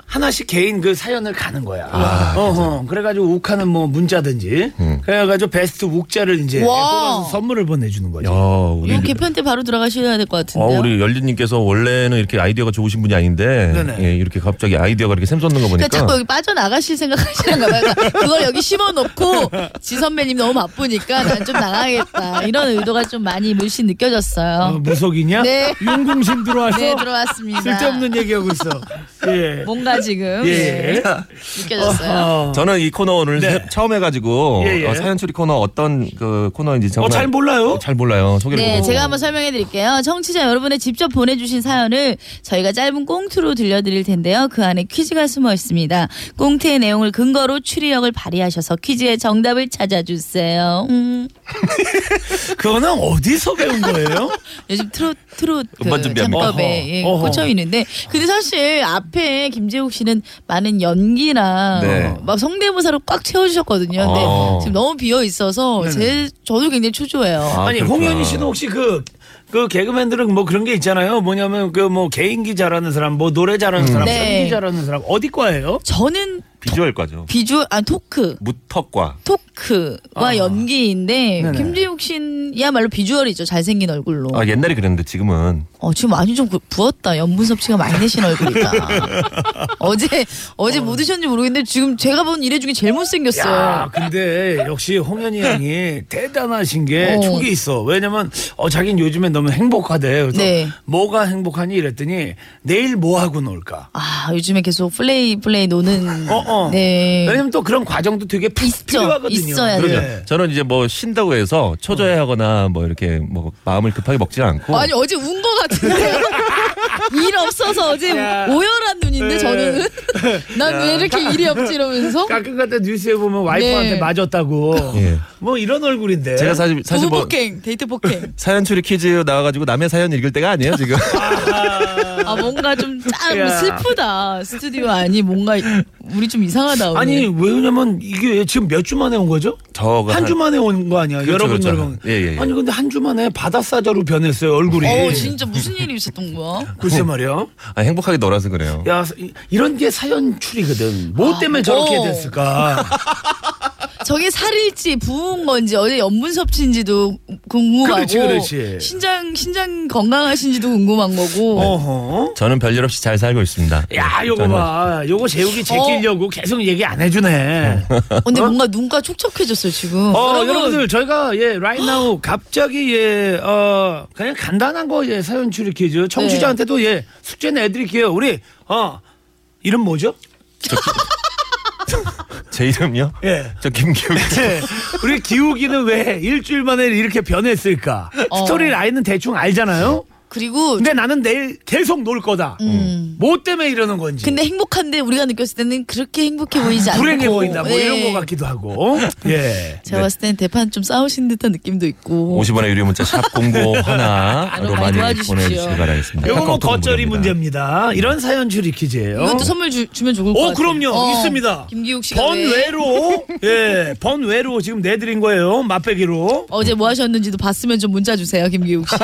Speaker 1: 하나씩 개인 그 사연을 가는 거야.
Speaker 13: 아, 음.
Speaker 1: 어허. 그래가지고 욱하는 뭐 문자든지 그래가지고 베스트 욱자를
Speaker 13: 와.
Speaker 1: 이제 뽑아서 선물을 보내주는 거죠.
Speaker 11: 야, 어, 우리
Speaker 1: 예?
Speaker 13: 요 개편 때 바로 들어가셔야 될 것
Speaker 11: 어,
Speaker 13: 같은데요.
Speaker 11: 우리 열린님께서 원래는 이렇게 아이디어가 좋으신 분이 아닌데
Speaker 1: 네네.
Speaker 11: 예, 이렇게 갑자기 아이디어가 이렇게 샘솟는 거 보니까
Speaker 13: 그러니까 자꾸 여기 빠져나가실 생각하시는가 봐요. 그러니까 그걸 여기 심어놓고 지 선배님 너무 바쁘니까 난 좀 나가겠다. 이런 의도가 좀 많이 물씬 느껴졌어요.
Speaker 1: 어, 무속이냐?
Speaker 13: 네.
Speaker 1: 윤궁심 들어와서
Speaker 13: 네, 들어왔습니다.
Speaker 1: 쓸데없는 얘기하고 있어. 예.
Speaker 13: 뭔가 지금
Speaker 1: 예. 아,
Speaker 13: 네, 느껴졌어요.
Speaker 11: 저는 이 코너 오늘 새- 처음 해가지고
Speaker 1: 네. 예, 예.
Speaker 11: 어, 사연 추리 코너 어떤 그 코너인지 정말
Speaker 1: 어, 잘 몰라요?
Speaker 11: 잘 몰라요. 소개를
Speaker 13: 네,
Speaker 11: 좀-
Speaker 13: 제가 한번 설명해 드릴게요. 청취자 여러분의 직접 보내주신 사연을 저희가 짧은 꽁트로 들려드릴 텐데요. 그 안에 퀴즈가 숨어 있습니다. 꽁트의 내용을 근거로 추리력을 발휘하셔서 퀴즈의 정답을 찾아주세요. 음.
Speaker 1: 그거는 어디서 배운 거예요?
Speaker 13: 요즘 트롯 트롯
Speaker 1: 음반
Speaker 13: 그
Speaker 1: 준비합니다.
Speaker 13: 창법에
Speaker 1: 어허.
Speaker 13: 예,
Speaker 1: 어허.
Speaker 13: 꽂혀 있는데 근데 사실 앞에 김재욱 씨는 많은 연기랑
Speaker 11: 네.
Speaker 13: 막 성대모사로 꽉 채워주셨거든요. 근데
Speaker 11: 어.
Speaker 13: 지금 너무 비어 있어서 제 저도 굉장히 초조해요.
Speaker 1: 아, 니 홍현희 씨는 혹시 그, 그 개그맨들은 뭐 그런 게 있잖아요. 뭐냐면 그 뭐 개인기 잘하는 사람, 뭐 노래 잘하는 사람,
Speaker 13: 네.
Speaker 1: 연기 잘하는 사람 어디 과예요?
Speaker 13: 저는
Speaker 11: 비주얼과죠.
Speaker 13: 비주얼 아 토크
Speaker 11: 무턱과
Speaker 13: 토크와 연기인데
Speaker 11: 네네.
Speaker 13: 김재욱 씨야말로 비주얼이죠. 잘생긴 얼굴로.
Speaker 11: 아, 옛날에 그랬는데 지금은
Speaker 13: 어, 지금 많이 좀 구- 부었다. 염분섭 씨가 많이 내신 얼굴이다. 어제 어제 못 드셨는지 모르겠는데 지금 제가 본 이래 중에 제일 못생겼어요.
Speaker 1: 야, 아, 근데 역시 홍현희 양이 대단하신 게
Speaker 13: 어.
Speaker 1: 촉이 있어. 왜냐면 어 자기는 요즘에 너무 행복하대. 그래서
Speaker 13: 네.
Speaker 1: 뭐가 행복하니 이랬더니 내일 뭐 하고 놀까.
Speaker 13: 아 요즘에 계속 플레이 플레이 노는
Speaker 1: 어.
Speaker 13: 네
Speaker 1: 왜냐면 또 그런 과정도 되게 피- 필요하거든요.
Speaker 13: 있어야
Speaker 11: 그러죠.
Speaker 13: 네.
Speaker 11: 저는 이제 뭐 쉰다고 해서 초조해하거나 뭐 이렇게 뭐 마음을 급하게 먹지 않고
Speaker 13: 어. 아니 어제 운 거 같은데 일 없어서 어제
Speaker 1: 야. 네.
Speaker 13: 오열한 눈인데 저는 난 왜 이렇게 일이 없지 이러면서
Speaker 1: 가끔 가다 뉴스에 보면 와이프한테
Speaker 13: 네.
Speaker 1: 맞았다고.
Speaker 11: 예.
Speaker 1: 뭐 이런 얼굴인데.
Speaker 11: 제가 사실 사실
Speaker 13: 부부
Speaker 11: 뭐
Speaker 13: 네. 폭행 데이트 폭행
Speaker 11: 사연 추리 퀴즈 나와가지고 남의 사연 읽을 때가 아니에요 지금.
Speaker 13: 아 뭔가 좀짠 뭐
Speaker 1: 야.
Speaker 13: 슬프다 스튜디오 아니 뭔가 우리 좀 이상하다 오늘.
Speaker 1: 아니 왜냐면 이게 지금 몇 주 만에 온 거죠?
Speaker 11: 저가
Speaker 1: 한 주 만에 온 거 아니야?
Speaker 11: 그렇죠,
Speaker 1: 여러분
Speaker 11: 그렇죠.
Speaker 1: 여러분.
Speaker 11: 예, 예, 예.
Speaker 1: 아니 근데 한 주 만에 바다사자로 변했어요 얼굴이.
Speaker 13: 어 진짜 무슨 일이 있었던 거야
Speaker 1: 글쎄 말이야.
Speaker 11: 아, 행복하게 놀아서 그래요.
Speaker 1: 야 이- 이런 게 사연 추리거든. 뭐 때문에 저렇게
Speaker 13: 어.
Speaker 1: 됐을까?
Speaker 13: 저게 살일지 부은 건지 어제 염분 섭취인지도 궁금하고
Speaker 1: 그렇지, 그렇지.
Speaker 13: 신장 신장 건강하신지도 궁금한 거고
Speaker 1: 어허.
Speaker 11: 저는 별일 없이 잘 살고 있습니다.
Speaker 1: 야 요거
Speaker 11: 저는-
Speaker 1: 봐. 요거 재욱이 제끼려고 계속 얘기 안 해주네.
Speaker 13: 근데 뭔가 눈가 촉촉해졌어요 지금.
Speaker 1: 어, 여러분들 저희가 예 right now 갑자기 예어 그냥 간단한 거예 사연 추리 퀴즈 청취자한테도 예 숙제 내드릴게요 우리 어 이름 뭐죠?
Speaker 11: 제 이름요?
Speaker 1: 예.
Speaker 11: 저 김기욱.
Speaker 13: 네.
Speaker 1: 예, 우리 기욱이는 왜 일주일 만에 이렇게 변했을까?
Speaker 13: 어.
Speaker 1: 스토리 라인은 대충 알잖아요.
Speaker 13: 그리고
Speaker 1: 근데 나는 내일 계속 놀 거다. 뭐 때문에 이러는 건지.
Speaker 13: 근데 행복한데 우리가 느꼈을 때는 그렇게 행복해 보이지 않고
Speaker 1: 불행해 보인다 뭐
Speaker 13: 예.
Speaker 1: 이런 거 같기도 하고. 예.
Speaker 13: 제가 봤을 땐 대판 좀 싸우신 듯한 느낌도 있고
Speaker 11: 50원의 유료 문자 샵 공고 하나로
Speaker 13: 아, 많이
Speaker 11: 많이
Speaker 13: 도와주십시오.
Speaker 11: 보내주시기 바라겠습니다.
Speaker 1: 요거 뭐
Speaker 11: 카카오톡
Speaker 1: 겉절이
Speaker 11: 무료입니다.
Speaker 1: 문제입니다. 이런 사연 추리 퀴즈예요.
Speaker 13: 이것도 선물 주, 주면 좋을 것
Speaker 1: 어,
Speaker 13: 같아요.
Speaker 1: 그럼요.
Speaker 13: 어,
Speaker 1: 있습니다.
Speaker 13: 김기욱 씨가 왜
Speaker 1: 번외로 예 번외로 지금 내드린 거예요 맛배기로
Speaker 13: 어제 뭐 하셨는지도 봤으면 좀 문자 주세요 김기욱 씨.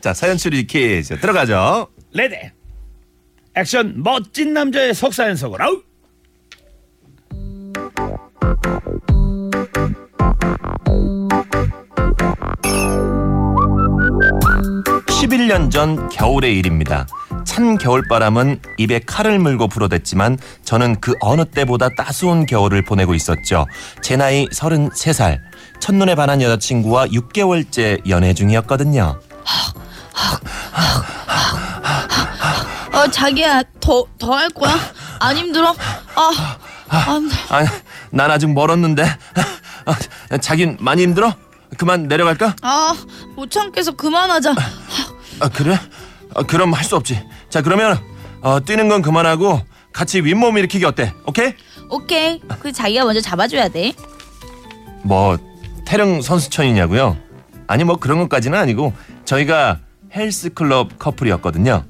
Speaker 11: 자 사연 추리 퀴즈 들어가죠.
Speaker 1: 레데 액션 멋진 남자의 석사연속을 아우
Speaker 11: 십일 년 전 겨울의 일입니다. 찬 겨울바람은 입에 칼을 물고 불어댔지만 저는 그 어느 때보다 따스운 겨울을 보내고 있었죠. 제 나이 33살. 첫눈에 반한 여자친구와 6개월째 연애 중이었거든요.
Speaker 13: 어 자기야 더 더 할 거야? 안 힘들어? 아 안. 돼.
Speaker 11: 아, 난 아직 멀었는데. 아, 자긴 많이 힘들어? 그만 내려갈까?
Speaker 13: 아, 못 참겠어. 그만하자.
Speaker 11: 아, 그래? 아, 그럼 할 수 없지. 자, 그러면 어, 뛰는 건 그만하고 같이 윗몸 일으키기 어때? 오케이?
Speaker 13: 오케이. 그 자기가 먼저 잡아줘야 돼.
Speaker 11: 뭐 태릉 선수촌이냐고요? 아니 뭐 그런 것까지는 아니고 저희가 헬스클럽 커플이었거든요.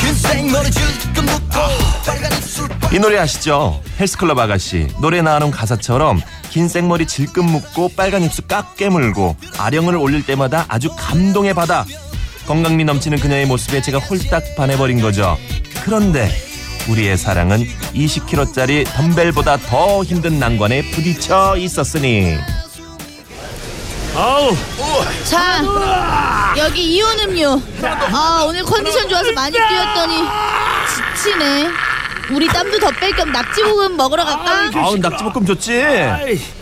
Speaker 6: 흰색 머리 조금 묶고 빨간 입술
Speaker 11: 이 노래 아시죠? 헬스클럽 아가씨 노래 나오는 가사처럼 긴 생머리 질끈 묶고 빨간 입술 깍 깨물고 아령을 올릴 때마다 아주 감동의 바다 건강미 넘치는 그녀의 모습에 제가 홀딱 반해버린 거죠 그런데 우리의 사랑은 20kg짜리 덤벨보다 더 힘든 난관에 부딪혀 있었으니
Speaker 1: 아우
Speaker 13: 자, 여기 이온 음료. 아, 오늘 컨디션 좋아서 많이 뛰었더니 지치네. 우리 땀도 더 뺄 겸 낙지볶음 먹으러 갈까?
Speaker 11: 아우 낙지볶음 좋지?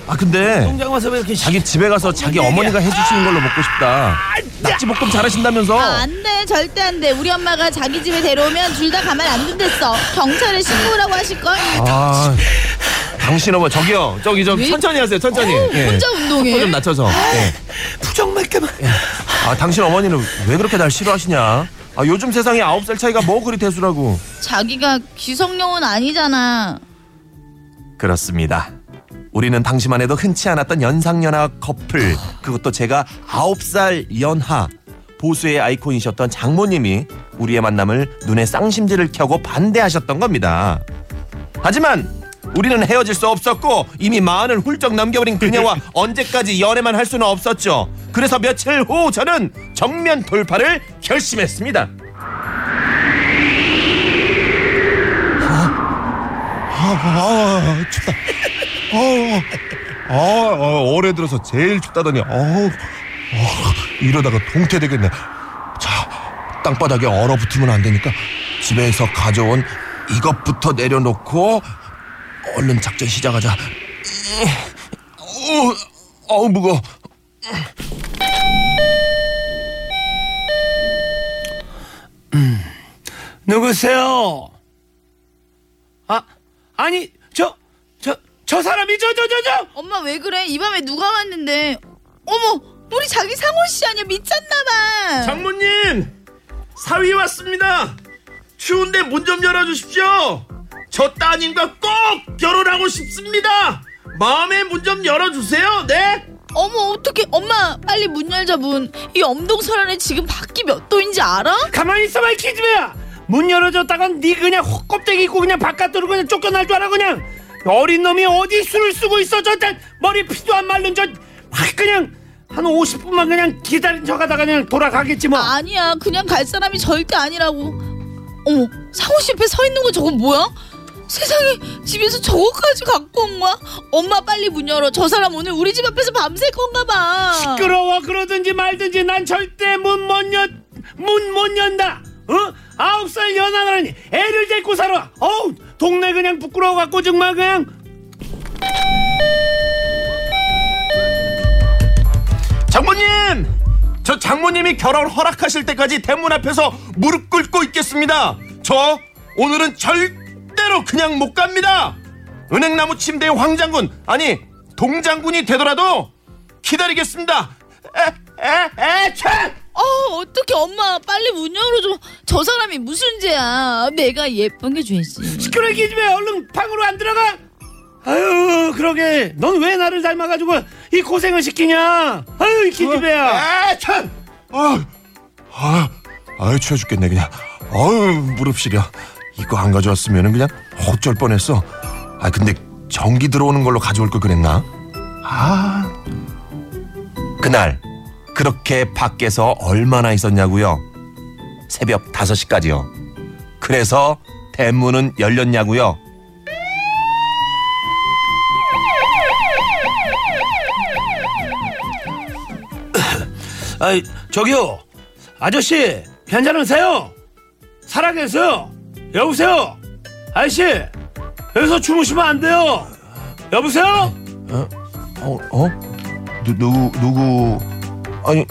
Speaker 11: 아 근데
Speaker 1: 통장 와서 왜 이렇게
Speaker 11: 자기 집에 가서 자기 어머니가 해주시는 걸로 먹고 싶다 낙지볶음 잘하신다면서
Speaker 13: 아, 안 돼. 절대 안 돼. 우리 엄마가 자기 집에 데려오면 둘 다 가만 안 둔댔어. 경찰에 신고라고 하실걸?
Speaker 11: 아, 당신 어머 저기요 저기 좀
Speaker 13: 왜?
Speaker 11: 천천히 하세요 천천히
Speaker 13: 어우, 혼자 운동해? 아,
Speaker 11: 속도 좀 낮춰서 부정말까만 아 당신 어머니는 왜 그렇게 날 싫어하시냐 아 요즘 세상에 아홉 살 차이가 뭐 그리 대수라고
Speaker 13: 자기가 기성용은 아니잖아.
Speaker 11: 그렇습니다 우리는 당시만 해도 흔치 않았던 연상연하 커플 그것도 제가 아홉 살 연하 보수의 아이콘이셨던 장모님이 우리의 만남을 눈에 쌍심지를 켜고 반대하셨던 겁니다 하지만 우리는 헤어질 수 없었고 이미 마흔을 훌쩍 넘겨버린 그녀와 언제까지 연애만 할 수는 없었죠. 그래서 며칠 후 저는 정면 돌파를 결심했습니다.
Speaker 14: 아, 아, 춥다. 어, 아, 아, 올해 들어서 제일 춥다더니, 어우, 어, 이러다가 동태 되겠네. 자, 땅바닥에 얼어붙으면 안 되니까 집에서 가져온 이것부터 내려놓고 얼른 작전 시작하자. 어, 어우, 무거워.
Speaker 1: 누구세요? 아 아니 저 저 저 사람이 저 저 저저
Speaker 13: 엄마 왜 그래? 이 밤에 누가 왔는데? 어머, 우리 자기 상호 씨 아니야 미쳤나봐.
Speaker 15: 장모님 사위 왔습니다 추운데 문 좀 열어주십시오 저 따님과 꼭 결혼하고 싶습니다 마음의 문 좀 열어주세요 네
Speaker 13: 어머 어떻게 엄마 빨리 문 열자 문. 이 엄동설 안에 지금 밖이 몇 도인지 알아?
Speaker 1: 가만히 있어봐 이 키즈야 문 열어줬다간 네 그냥 헛껍데기 입고 그냥 바깥으로 그냥 쫓겨날 줄 알아 그냥 어린 놈이 어디 술을 쓰고 있어 저 저, 머리 피도 안 마른 저 확 그냥 한 50분만 그냥 기다린 척하다가 그냥 돌아가겠지 뭐
Speaker 13: 아니야 그냥 갈 사람이 절대 아니라고. 어머 상호 씨 옆에 서 있는 거 저거 뭐야? 세상에 집에서 저거까지 갖고 온 거야? 엄마 빨리 문 열어. 저 사람 오늘 우리 집 앞에서 밤샐 건가 봐.
Speaker 1: 시끄러워 그러든지 말든지 난 절대 문 못열문못 연다 어 아홉 살 연하라니 애를 데리고 살아 어우 동네 그냥 부끄러워 갖고 정말 그냥
Speaker 15: 장모님 저 장모님이 결혼 허락하실 때까지 대문 앞에서 무릎 꿇고 있겠습니다 저 오늘은 절대로 그냥 못 갑니다 은행나무 침대의 황장군 아니 동장군이 되더라도 기다리겠습니다 에에에 참!
Speaker 13: 어, 어떻게 엄마 빨리 문 열어줘. 저 사람이 무슨 죄야. 내가 예쁜 게 죄지.
Speaker 1: 시끄러워 이 집에 얼른 방으로 안 들어가 아유 그러게 넌 왜 나를 닮아가지고 이 고생을 시키냐 아유 이 기집애야
Speaker 15: 아참
Speaker 1: 어,
Speaker 14: 아, 아유 추워 죽겠네 그냥. 아유 무릎 시려. 이거 안 가져왔으면은 그냥 어쩔 뻔했어. 아 근데 전기 들어오는 걸로 가져올 걸 그랬나?
Speaker 11: 아. 그날 그렇게 밖에서 얼마나 있었냐고요? 새벽 5시까지요. 그래서 대문은 열렸냐고요?
Speaker 1: 아이 저기요 아저씨 괜찮으세요 살아계세요 여보세요 아저씨 여기서 주무시면 안 돼요 여보세요
Speaker 14: 어? 어? 누, 누구 누구? 아니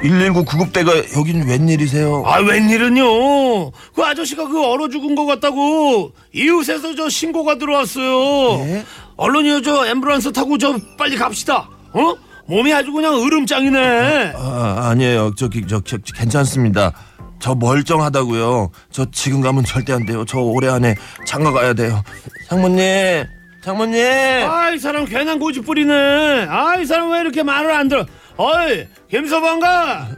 Speaker 14: 119 구급대가 여긴 웬일이세요?
Speaker 1: 아 웬일은요 그 아저씨가 그 얼어 죽은 것 같다고 이웃에서 저 신고가 들어왔어요 얼른요 저 앰뷸런스 타고 저 빨리 갑시다 어 몸이 아주 그냥 으름장이네
Speaker 14: 아, 아니에요. 저기 저, 저, 저 괜찮습니다. 저 멀쩡하다고요. 저 지금 가면 절대 안 돼요. 저 올해 안에 장가 가야 돼요. 장모님, 장모님.
Speaker 1: 아 이 사람 괜한 고집 부리네 아 이 사람 왜 이렇게 말을 안 들어 어이 김서방가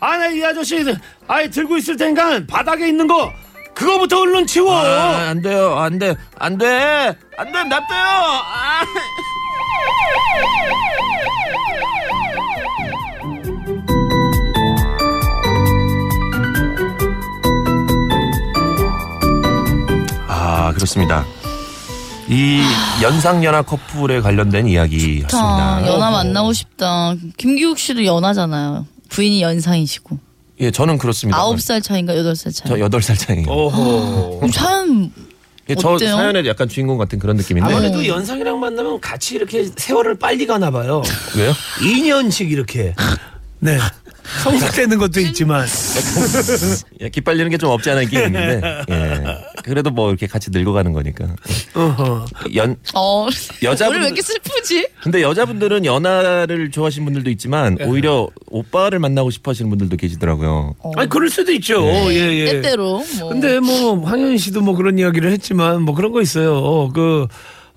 Speaker 1: 아니 이 아저씨 아예 들고 있을 테니까 바닥에 있는 거 그거부터 얼른 치워
Speaker 11: 어?
Speaker 15: 아, 안 돼요, 안 돼, 안 돼, 안 돼, 놔둬요. 아.
Speaker 11: 아 그렇습니다. 이 연상연하 커플에 관련된 이야기였습니다.
Speaker 13: 좋다. 아, 연하 만나고 싶다. 김기욱 씨도 연하잖아요. 부인이 연상이시고.
Speaker 11: 예, 저는 그렇습니다.
Speaker 13: 아홉 살 차인가 여덟 살 차이.
Speaker 11: 저 여덟 살 차이예요.
Speaker 15: 어,
Speaker 13: 그럼 참
Speaker 11: 예, 저
Speaker 13: 어때요?
Speaker 11: 사연의 약간 주인공 같은 그런 느낌인데.
Speaker 15: 네.
Speaker 1: 아무래도 연상이랑 만나면 같이 이렇게 세월을 빨리 가나 봐요
Speaker 11: 왜요?
Speaker 1: 2년씩 이렇게 네 성숙되는 것도 있지만
Speaker 11: 예, 기빨리는 게 좀 없지 않아 있긴 있는데. 예. 그래도 뭐 이렇게 같이 늙어가는 거니까. 연
Speaker 13: 어.
Speaker 11: 여자분-
Speaker 13: 오늘 왜 이렇게 슬프지?
Speaker 11: 근데 여자분들은 연하를 좋아하시는 분들도 있지만 오히려 오빠를 만나고 싶어하시는 분들도 계시더라고요.
Speaker 1: 아니 그럴 수도 있죠 예, 예.
Speaker 13: 네. 때때로. 뭐.
Speaker 1: 근데 뭐 황현 씨도 뭐 그런 이야기를 했지만 뭐 그런 거 있어요. 그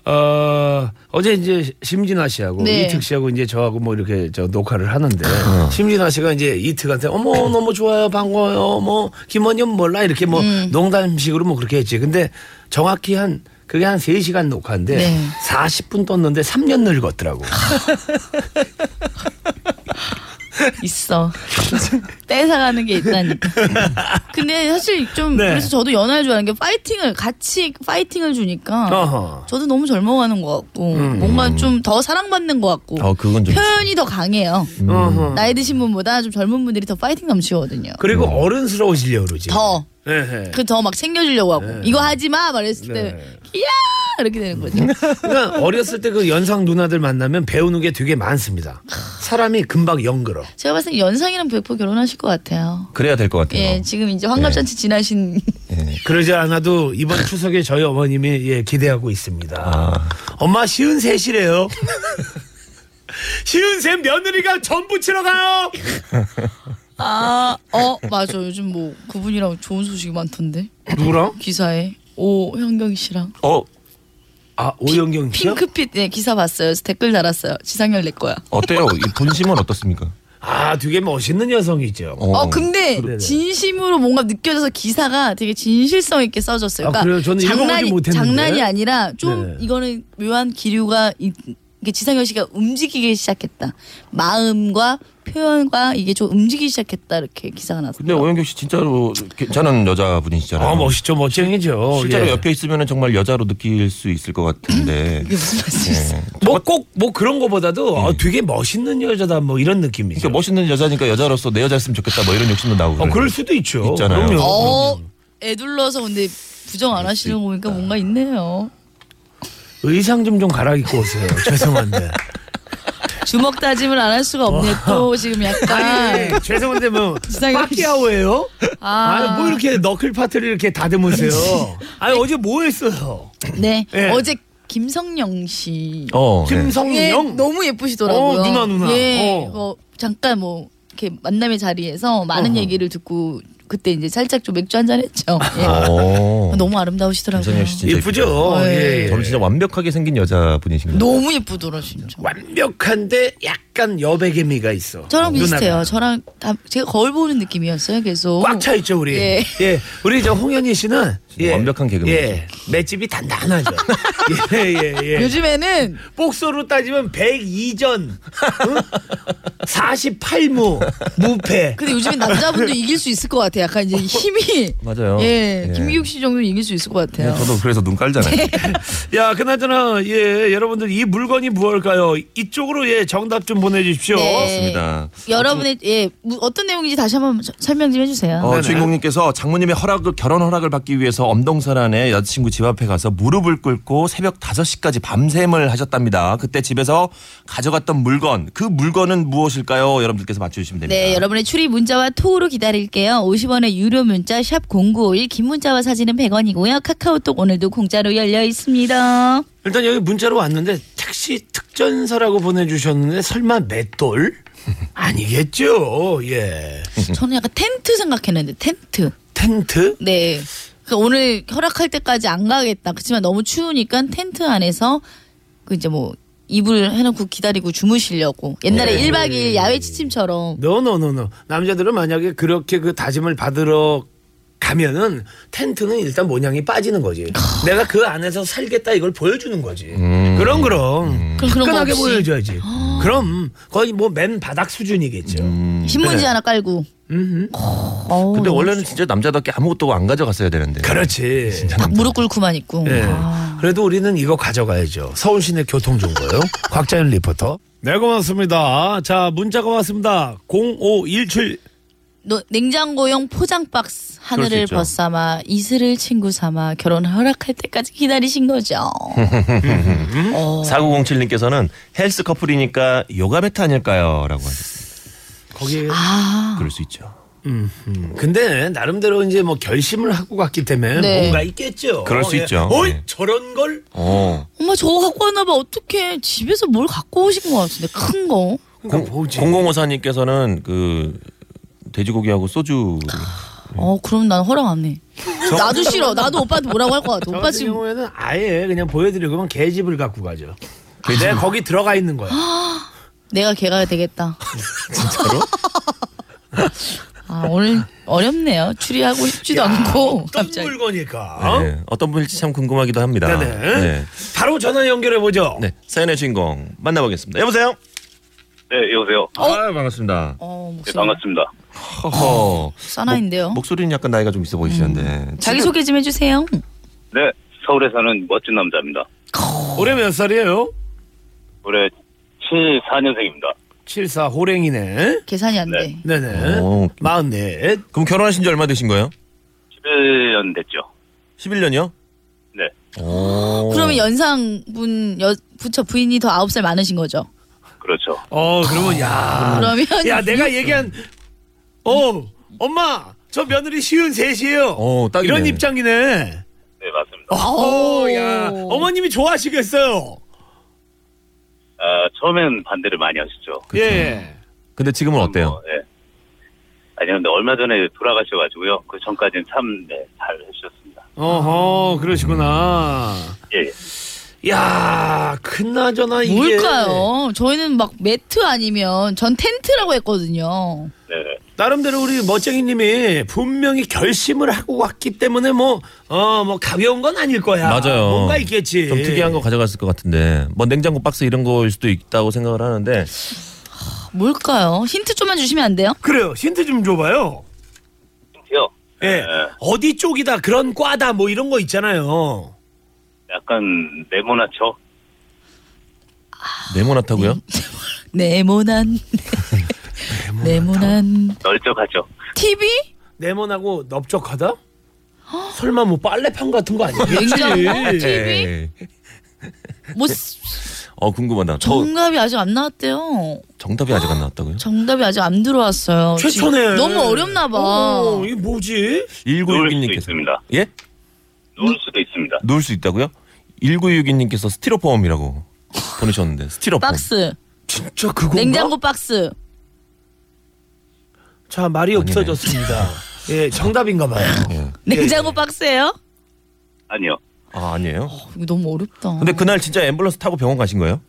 Speaker 1: 어, 어제 이제 심진아 씨하고
Speaker 13: 네.
Speaker 1: 이특 씨하고 이제 저하고 뭐 이렇게 저 녹화를 하는데 심진아 씨가 이제 이특한테 어머 너무 좋아요 반가워요 뭐 김원현 몰라 이렇게 뭐
Speaker 13: 음.
Speaker 1: 농담식으로 뭐 그렇게 했지. 근데 정확히 한 그게 한 3시간 녹화인데
Speaker 13: 네.
Speaker 1: 40분 떴는데 3년 늙었더라고.
Speaker 13: 있어. 떼사가는 게 있다니까. 근데 사실 좀
Speaker 1: 네.
Speaker 13: 그래서 저도 연하를 좋아하는 게 파이팅을 같이 파이팅을 주니까
Speaker 11: 어허.
Speaker 13: 저도 너무 젊어가는 것 같고
Speaker 11: 음.
Speaker 13: 뭔가 좀 더 사랑받는 것 같고
Speaker 11: 어, 그건 좀
Speaker 13: 표현이 더 강해요.
Speaker 11: 음. 어허.
Speaker 13: 나이 드신 분보다 좀 젊은 분들이 더 파이팅 넘치거든요.
Speaker 1: 그리고
Speaker 11: 음.
Speaker 1: 어른스러우시려고 그러지.
Speaker 13: 더.
Speaker 1: 예, 예.
Speaker 13: 그 더 막 챙겨주려고 하고
Speaker 1: 네.
Speaker 13: 이거 하지 마 말했을 때
Speaker 11: 네.
Speaker 13: 이야 이렇게 되는 거죠.
Speaker 1: 그러니까 어렸을 때 그 연상 누나들 만나면 배우는 게 되게 많습니다. 사람이 금방 연그러.
Speaker 13: 제가 봤을 때 연상이랑 백포 결혼하실 것 같아요.
Speaker 11: 그래야 될 것 같아요.
Speaker 13: 예, 지금 이제 환갑잔치
Speaker 11: 네.
Speaker 13: 지나신
Speaker 1: 그러지 않아도 이번 추석에 저희 어머님이 예, 기대하고 있습니다.
Speaker 11: 아.
Speaker 1: 엄마 시은 셋이래요. 시은 셋 며느리가 전부 치러 가요.
Speaker 13: 아, 어, 맞아. 요즘 뭐 그분이랑 좋은 소식이 많던데.
Speaker 1: 누구랑?
Speaker 13: 기사에 오현경 씨랑
Speaker 11: 어?
Speaker 1: 아 오영경
Speaker 11: 그렇죠?
Speaker 1: 씨요?
Speaker 13: 핑크빛 네, 기사 봤어요. 그래서 댓글 달았어요. 지상렬 내 거야.
Speaker 11: 어때요? 이 분심은 어떻습니까?
Speaker 1: 아 되게 멋있는 여성이죠.
Speaker 13: 어,
Speaker 1: 네,
Speaker 13: 근데 진심으로 뭔가 느껴져서 기사가 되게 진실성 있게 써졌어요. 그러니까
Speaker 1: 아, 그래요? 저는 읽어보지
Speaker 13: 장난이
Speaker 1: 못했는데.
Speaker 13: 장난이 아니라 좀
Speaker 1: 네.
Speaker 13: 이거는 묘한 기류가 이- 이게 지상렬 씨가 움직이기 시작했다. 마음과 표현과 이게 좀 움직이기 시작했다 이렇게 기사가 났어요.
Speaker 11: 근데 오영경 씨 진짜로 괜찮은 여자분이시잖아요.
Speaker 1: 아 멋있죠 멋쟁이죠.
Speaker 11: 실제로
Speaker 1: 예.
Speaker 11: 옆에 있으면 정말 여자로 느낄 수 있을 것 같은데.
Speaker 13: 이게 무슨 말씀이세요?
Speaker 1: 뭐 꼭 뭐 그런 거보다도 아, 되게 멋있는 여자다 뭐 이런 느낌이죠.
Speaker 11: 음. 그러니까 멋있는 여자니까 여자로서 내 여자였으면 좋겠다 뭐 이런 욕심도 나오고.
Speaker 1: 어,
Speaker 11: 그러는
Speaker 1: 그럴
Speaker 11: 거.
Speaker 1: 수도 있죠.
Speaker 11: 있잖아요.
Speaker 1: 그럼요.
Speaker 13: 어, 애둘러서 근데 부정 안 하시는 거 보니까 뭔가 있네요.
Speaker 1: 의상 좀 좀 갈아입고 오세요. 죄송한데.
Speaker 13: 주먹 다짐을 안 할 수가 없네. 또 지금 약간
Speaker 1: 아니, 죄송한데 뭐
Speaker 13: 지상렬
Speaker 1: 파키아오예요? 아, 뭐 이렇게 너클 파트를 이렇게 다듬으세요? 아니 어제 뭐 했어요?
Speaker 13: 네.
Speaker 1: 예.
Speaker 13: 어제 김성령 씨.
Speaker 11: 어, 네.
Speaker 1: 김성령?
Speaker 13: 예, 너무 예쁘시더라고요.
Speaker 1: 어, 누나, 누나.
Speaker 13: 예.
Speaker 1: 어.
Speaker 13: 뭐 잠깐 뭐 이렇게 만남의 자리에서 많은
Speaker 1: 어허.
Speaker 13: 얘기를 듣고 그때 이제 살짝 좀 맥주 한잔 했죠. 예.
Speaker 11: 어.
Speaker 13: 너무 아름다우시더라고요.
Speaker 11: 김선영 씨 진짜
Speaker 1: 예쁘죠?
Speaker 11: 이쁘다.
Speaker 1: 예, 예.
Speaker 11: 저는 진짜 완벽하게 생긴 여자분이신 것
Speaker 13: 너무 예쁘더라 진짜.
Speaker 1: 완벽한데 약간 여백의미가 있어.
Speaker 13: 저랑 비슷해요.
Speaker 1: 누나가.
Speaker 13: 저랑 다- 제가 거울 보는 느낌이었어요. 계속.
Speaker 1: 꽉 차 있죠 우리.
Speaker 13: 예.
Speaker 1: 예. 우리 저 홍현희 씨는 예.
Speaker 11: 완벽한 개그맨.
Speaker 1: 예. 맷집이 단단하죠. 예예예.
Speaker 13: 요즘에는
Speaker 1: 복서로 따지면 102전, 48무, 무패.
Speaker 13: 근데 요즘에 남자분도 이길 수 있을 것 같아요. 약간 이제 힘이
Speaker 11: 맞아요.
Speaker 13: 예,
Speaker 11: 예.
Speaker 13: 김기욱 씨 정도는 이길 수 있을 것 같아요.
Speaker 11: 같아요. 저도 그래서 눈 깔잖아요.
Speaker 13: 네.
Speaker 1: 야, 그나저나 예, 여러분들 이 물건이 무엇일까요? 이쪽으로 예, 정답 좀 보내 주십시오.
Speaker 13: 네. 여러분의 예 무- 어떤 내용인지 다시 한번 저- 설명 좀 해주세요.
Speaker 11: 어, 주인공님께서 장모님의 허락을 결혼 허락을 받기 위해서 엄동설안에 여자친구 집 앞에 가서 무릎을 꿇고 새벽 5시까지 밤샘을 하셨답니다. 그때 집에서 가져갔던 물건 그 물건은 무엇일까요? 여러분들께서 맞춰주시면 됩니다.
Speaker 13: 네, 여러분의 추리 문자와 톡으로 기다릴게요. 50원의 유료 문자 샵 #0951 긴 문자와 사진은 100원이고요. 카카오톡 오늘도 공짜로 열려 있습니다.
Speaker 1: 일단 여기 문자로 왔는데 택시 특전사라고 보내 주셨는데 설마 맷돌? 아니겠죠. 예.
Speaker 13: 저는 약간 텐트 생각했는데 텐트.
Speaker 1: 텐트?
Speaker 13: 네. 그 오늘 허락할 때까지 안 가겠다. 그렇지만 너무 추우니까 텐트 안에서 그 이제 뭐 이불 해놓고 기다리고 주무시려고 옛날에
Speaker 1: 네. 음.
Speaker 13: 일 1박 2일 야외 취침처럼
Speaker 1: 노노노노 남자들은 만약에 그렇게 그 다짐을 받으러 가면은 텐트는 일단 모양이 빠지는 거지.
Speaker 13: 아.
Speaker 1: 내가 그 안에서 살겠다 이걸 보여주는 거지. 그럼 그럼
Speaker 13: 그럼 그런 거
Speaker 1: 끈끈하게
Speaker 13: 없이. 아.
Speaker 1: 보여줘야지. 그럼 거의 뭐 맨 바닥 수준이겠죠.
Speaker 13: 음. 신문지 하나 깔고
Speaker 11: 근데 원래는 진짜 남자답게 아무것도 안 가져갔어야 되는데.
Speaker 1: 그렇지.
Speaker 13: 막 무릎 꿇고만 있고 아.
Speaker 1: 예. 그래도 우리는 이거 가져가야죠. 서울시내 교통정보요. 곽자연 리포터. 네, 고맙습니다. 자, 문자가 왔습니다. 0517.
Speaker 13: 노- 냉장고용 포장 박스 하늘을
Speaker 1: 있죠.
Speaker 13: 벗삼아 이슬을 친구 삼아 결혼 허락할 때까지 기다리신 거죠. 어.
Speaker 11: 4907님께서는 헬스 커플이니까 요가 매트 아닐까요? 라고 하셨습니다.
Speaker 1: 거기에.
Speaker 13: 아,
Speaker 11: 그럴 수 있죠.
Speaker 1: 음, 음. 근데 나름대로 이제 뭐 결심을 하고 갔기 때문에
Speaker 13: 네.
Speaker 1: 뭔가 있겠죠.
Speaker 11: 그럴 수
Speaker 1: 예.
Speaker 11: 있죠.
Speaker 1: 어이
Speaker 11: 네.
Speaker 1: 저런 걸
Speaker 11: 어.
Speaker 13: 엄마 저거 갖고 왔나 봐. 어떡해. 집에서 뭘 갖고 오신 것 같은데 큰 거.
Speaker 11: 예. 공,
Speaker 1: 그러니까
Speaker 11: 0054님께서는 그 돼지고기하고 소주.
Speaker 13: 어 그럼 난 허락 안 해.
Speaker 1: 저-
Speaker 13: 나도 싫어. 나도 오빠한테 뭐라고 할 것 같아.
Speaker 1: 저
Speaker 13: 오빠
Speaker 1: 같은
Speaker 13: 지금
Speaker 1: 경우에는 아예 그냥 보여드리고만 개집을 갖고 가죠. 내가 거기 들어가 있는 거야.
Speaker 13: 내가 걔가 되겠다. 아 오늘 어렵네요. 추리하고 싶지도 않고.
Speaker 1: 어떤 물건일까?
Speaker 11: 네. 어떤 분일지 참 궁금하기도 합니다.
Speaker 1: 네네. 바로 전화 연결해 보죠.
Speaker 11: 네. 사연의 주인공 만나보겠습니다. 여보세요?
Speaker 16: 네, 여보세요.
Speaker 13: 어?
Speaker 11: 아, 반갑습니다.
Speaker 16: 네, 반갑습니다.
Speaker 11: 허허.
Speaker 13: 사나인데요. 음.
Speaker 11: 목소리는 약간 나이가 좀 있어 보이시는데.
Speaker 13: 자기 소개 좀 해주세요.
Speaker 16: 네, 서울에 사는 멋진 남자입니다.
Speaker 1: 올해 몇 살이에요?
Speaker 16: 올해 74년생입니다.
Speaker 1: 74 호랭이네.
Speaker 13: 계산이 안 돼.
Speaker 1: 네네. 마흔넷.
Speaker 11: 그럼 결혼하신 지 얼마 되신 거예요?
Speaker 16: 11년 됐죠.
Speaker 11: 11년이요?
Speaker 16: 네.
Speaker 1: 어.
Speaker 11: 오.
Speaker 13: 그러면 연상분 여, 부처 부인이 더 아홉 살 많으신 거죠?
Speaker 16: 그렇죠.
Speaker 1: 어 그러면 야.
Speaker 13: 그러면
Speaker 1: 야 내가 얘기한 어 엄마 저 며느리 쉬운 셋이에요.
Speaker 11: 어, 딱이네.
Speaker 1: 이런 입장이네.
Speaker 16: 네, 맞습니다.
Speaker 1: 어, 야 어머님이 좋아하시겠어요.
Speaker 16: 아, 처음엔 반대를 많이 하시죠.
Speaker 1: 예.
Speaker 11: 근데 지금은 어때요?
Speaker 16: 네. 아니, 근데 얼마 전에 돌아가셔가지고요. 그 전까지는 참, 네, 잘 해주셨습니다.
Speaker 1: 어허 그러시구나.
Speaker 16: 예. 예.
Speaker 1: 야 큰나저나 이게
Speaker 13: 뭘까요? 저희는 막 매트 아니면 전 텐트라고 했거든요.
Speaker 16: 네,
Speaker 1: 나름대로 우리 멋쟁이님이 분명히 결심을 하고 왔기 때문에 뭐 어 뭐 가벼운 건 아닐 거야.
Speaker 11: 맞아요.
Speaker 1: 뭔가 있겠지.
Speaker 11: 좀 특이한 거 가져갔을 것 같은데. 뭐 냉장고 박스 이런 거일 수도 있다고 생각을 하는데.
Speaker 13: 뭘까요? 힌트 좀만 주시면 안 돼요?
Speaker 1: 그래요. 힌트 좀 줘봐요.
Speaker 16: 힌트요?
Speaker 1: 예. 어디 쪽이다 그런 과다 뭐 이런 거 있잖아요.
Speaker 16: 약간, 네모나죠?
Speaker 11: 네모나타고요?
Speaker 13: 아, 네모난 네모난
Speaker 16: 넓적하죠?
Speaker 13: TV?
Speaker 1: 네모나고 넓적하다? 설마 뭐 빨래판 같은 거 아니겠지? 예.
Speaker 13: 냉장고? TV?
Speaker 11: 에이.
Speaker 13: 뭐
Speaker 11: 네. 어 궁금하다. 저
Speaker 13: 정답이 아직 안 나왔대요.
Speaker 11: 정답이 아직 안 나왔다고요?
Speaker 13: 정답이 아직 안 들어왔어요. 지금
Speaker 11: 최초네.
Speaker 13: 너무 어렵나 봐.
Speaker 1: 어, 이게 뭐지?
Speaker 11: 1962님께서 예?
Speaker 16: 놓을 수도 있습니다.
Speaker 11: 놓을 수 있다고요? 1962님께서 스티로폼이라고 보내셨는데 스티로폼.
Speaker 13: 박스.
Speaker 1: 진짜 그건가?
Speaker 13: 냉장고 박스.
Speaker 1: 자 말이 없어졌습니다. 예, 정답인가 봐요. 예.
Speaker 13: 냉장고 박스예요?
Speaker 16: 아니요.
Speaker 11: 아 아니에요?
Speaker 13: 이거 너무 어렵다.
Speaker 11: 근데 그날 진짜 앰뷸런스 타고 병원 가신 거예요?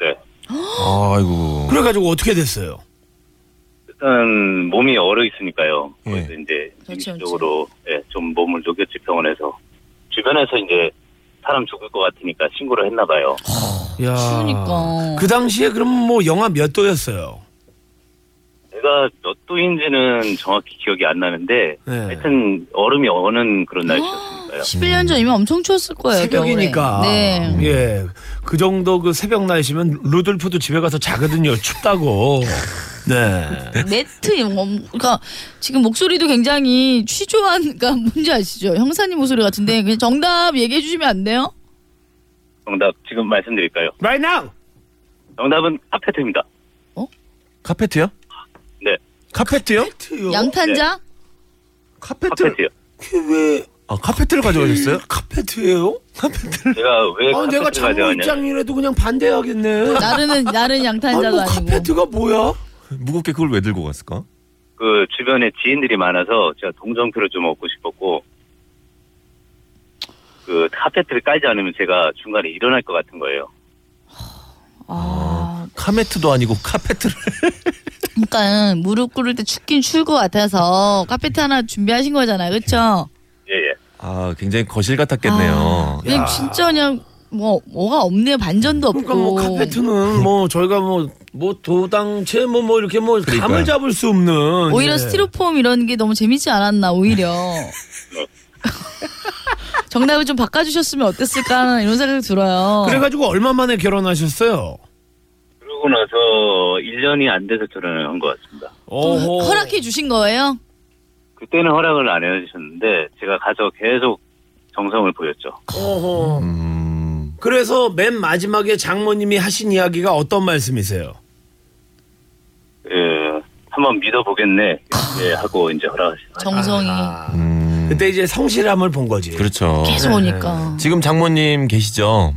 Speaker 16: 네.
Speaker 11: 아이고.
Speaker 1: 그래가지고 어떻게 됐어요?
Speaker 16: 일단, 몸이 얼어 있으니까요.
Speaker 11: 예.
Speaker 16: 그렇죠, 그래서 이제, 인적으로, 예, 좀 몸을 녹였지, 병원에서. 주변에서 이제, 사람 죽을 것 같으니까 신고를 했나 봐요.
Speaker 1: 야. 그 당시에 그럼 뭐 영하 몇 도였어요?
Speaker 16: 제가 몇 도인지는 정확히 기억이 안 나는데
Speaker 1: 네.
Speaker 16: 하여튼 얼음이 어는 그런 날씨였습니다.
Speaker 13: 11년 전이면 엄청 추웠을 거예요.
Speaker 1: 새벽이니까.
Speaker 13: 겨울에. 네.
Speaker 1: 예. 그 정도 그 새벽 날씨면 루돌프도 집에 가서 자거든요. 춥다고. 네.
Speaker 13: 매트 이런 거. 그러니까 지금 목소리도 굉장히 취조한 그러니까 뭔지 아시죠? 형사님 목소리 같은데 그냥 정답 얘기해 주시면 안 돼요?
Speaker 16: 정답 지금 말씀드릴까요?
Speaker 1: Right now.
Speaker 16: 정답은 카페트입니다.
Speaker 11: 카페트요?
Speaker 16: 네.
Speaker 11: 카페트요?
Speaker 1: 뭐?
Speaker 13: 양탄자?
Speaker 11: 카페트.
Speaker 16: 카페트요.
Speaker 1: 왜?
Speaker 11: 아 카페트를 가져가셨어요?
Speaker 1: 카페트예요? 카페트를.
Speaker 16: 제가 왜
Speaker 1: 아, 내가
Speaker 16: 카페트를
Speaker 1: 장모
Speaker 16: 가져왔냐?
Speaker 1: 입장이라도 그냥 반대하겠네.
Speaker 13: 나르는 나른 양탄자도
Speaker 1: 아니, 뭐
Speaker 13: 아니고.
Speaker 1: 카페트가 뭐야?
Speaker 11: 무겁게 그걸 왜 들고 갔을까?
Speaker 16: 그 주변에 지인들이 많아서 제가 동정표를 좀 얻고 싶었고 그 카페트를 깔지 않으면 제가 중간에 일어날 것 같은 거예요.
Speaker 11: 카메트도 아니고 카페트를.
Speaker 13: 아, 그러니까 무릎 꿇을 때 춥긴 추울 것 같아서 카페트 하나 준비하신 거잖아요, 그렇죠?
Speaker 16: 예예.
Speaker 11: 아 굉장히 거실
Speaker 1: 아.
Speaker 11: 같았겠네요.
Speaker 13: 그냥 진짜 그냥 뭐 뭐가 없네요, 반전도 없고.
Speaker 1: 그러니까 뭐 카페트는 뭐 저희가 뭐 뭐 도당체 뭐 뭐 이렇게 뭐 감을 잡을 수 없는
Speaker 13: 오히려
Speaker 1: 예.
Speaker 13: 스티로폼 이런 게 너무 재밌지 않았나 오히려. 정답을 좀 바꿔주셨으면 어땠을까 하는 이런 생각이 들어요.
Speaker 1: 그래가지고 얼마 만에 결혼하셨어요?
Speaker 16: 그러고 나서 1년이 안 돼서 결혼을 한 것 같습니다.
Speaker 13: 어, 허락해 주신 거예요?
Speaker 16: 그때는 허락을 안 해주셨는데 제가 가서 계속 정성을 보였죠.
Speaker 1: 어허.
Speaker 16: 음.
Speaker 1: 그래서 맨 마지막에 장모님이 하신 이야기가 어떤 말씀이세요?
Speaker 16: 예, 한번 믿어보겠네. 예, 하고 이제 허락하셨어요.
Speaker 13: 정성이.
Speaker 16: 음.
Speaker 1: 그때 이제 성실함을 본 거지.
Speaker 11: 그렇죠.
Speaker 13: 계속 오니까.
Speaker 11: 지금 장모님 계시죠?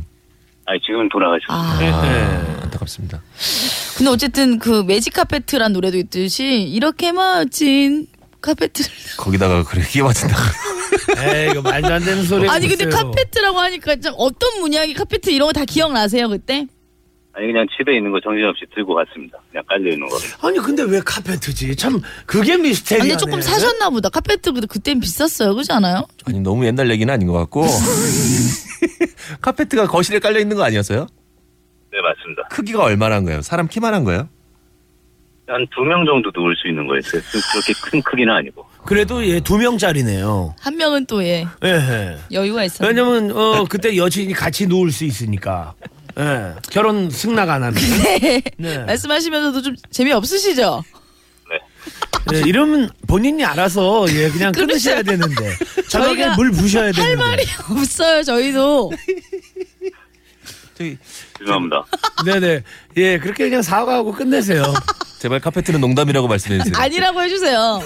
Speaker 16: 아니 지금 돌아가셨어요.
Speaker 11: 아,
Speaker 16: 네.
Speaker 11: 안타깝습니다.
Speaker 13: 근데 어쨌든 그 매직 카페트란 노래도 있듯이 이렇게 멋진 카페트를
Speaker 11: 거기다가 그렇게 끼워진다.
Speaker 1: 에이 이거 말도 안 되는
Speaker 13: 아니 근데 카페트라고 하니까 좀 어떤 문양이 카페트 이런 거 다 기억나세요 그때?
Speaker 16: 아니 그냥 집에 있는 거 정신없이 들고 갔습니다. 그냥 깔려 있는 거.
Speaker 1: 아니 근데 왜 카페트지? 참 그게 미스테리하네.
Speaker 13: 근데 조금 사셨나 보다 카페트 근데 그땐 비쌌어요 그렇지 않아요?
Speaker 11: 아니 너무 옛날 얘기는 아닌 것 같고 카페트가 거실에 깔려 있는 거 아니었어요?
Speaker 16: 네 맞습니다.
Speaker 11: 크기가 얼마란 거예요? 사람 키만한 거예요?
Speaker 16: 한 두 명 정도 누울 수 있는 거였어요. 그- 그렇게 큰 크기는 아니고.
Speaker 1: 그래도 얘 두 명짜리네요.
Speaker 13: 한 명은 또 예
Speaker 1: 예, 예.
Speaker 13: 여유가 있었
Speaker 1: 왜냐면 어 그때 여친이 같이 누울 수 있으니까. 예. 결혼 승낙 안 합니다.
Speaker 13: 네.
Speaker 1: 네.
Speaker 13: 말씀하시면서도 좀 재미없으시죠?
Speaker 1: 예, 이러면 본인이 알아서 예 그냥 끊으셔야 되는데. 저녁에 물 부셔야
Speaker 13: 그렇죠. 할
Speaker 1: 되는데.
Speaker 13: 말이 없어요 저희도
Speaker 1: 네.
Speaker 16: 죄송합니다.
Speaker 1: 네네. 예, 그렇게 그냥 사과하고 끝내세요.
Speaker 11: 제발 카페트는 농담이라고 말씀해 주세요.
Speaker 13: 아니라고 해주세요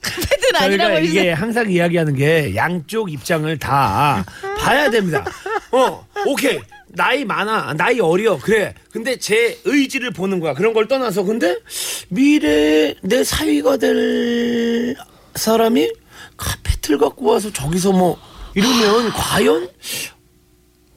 Speaker 13: 카페트는 아니라고
Speaker 1: 저희가 이게
Speaker 13: 해주세요
Speaker 1: 항상 이야기하는 게 양쪽 입장을 다 봐야 됩니다. 어, 오케이. 나이 많아, 나이 어려, 그래. 근데 제 의지를 보는 거야. 그런 걸 떠나서. 근데 미래에 내 사위가 될 사람이 카페트를 갖고 와서 저기서 뭐 이러면 과연?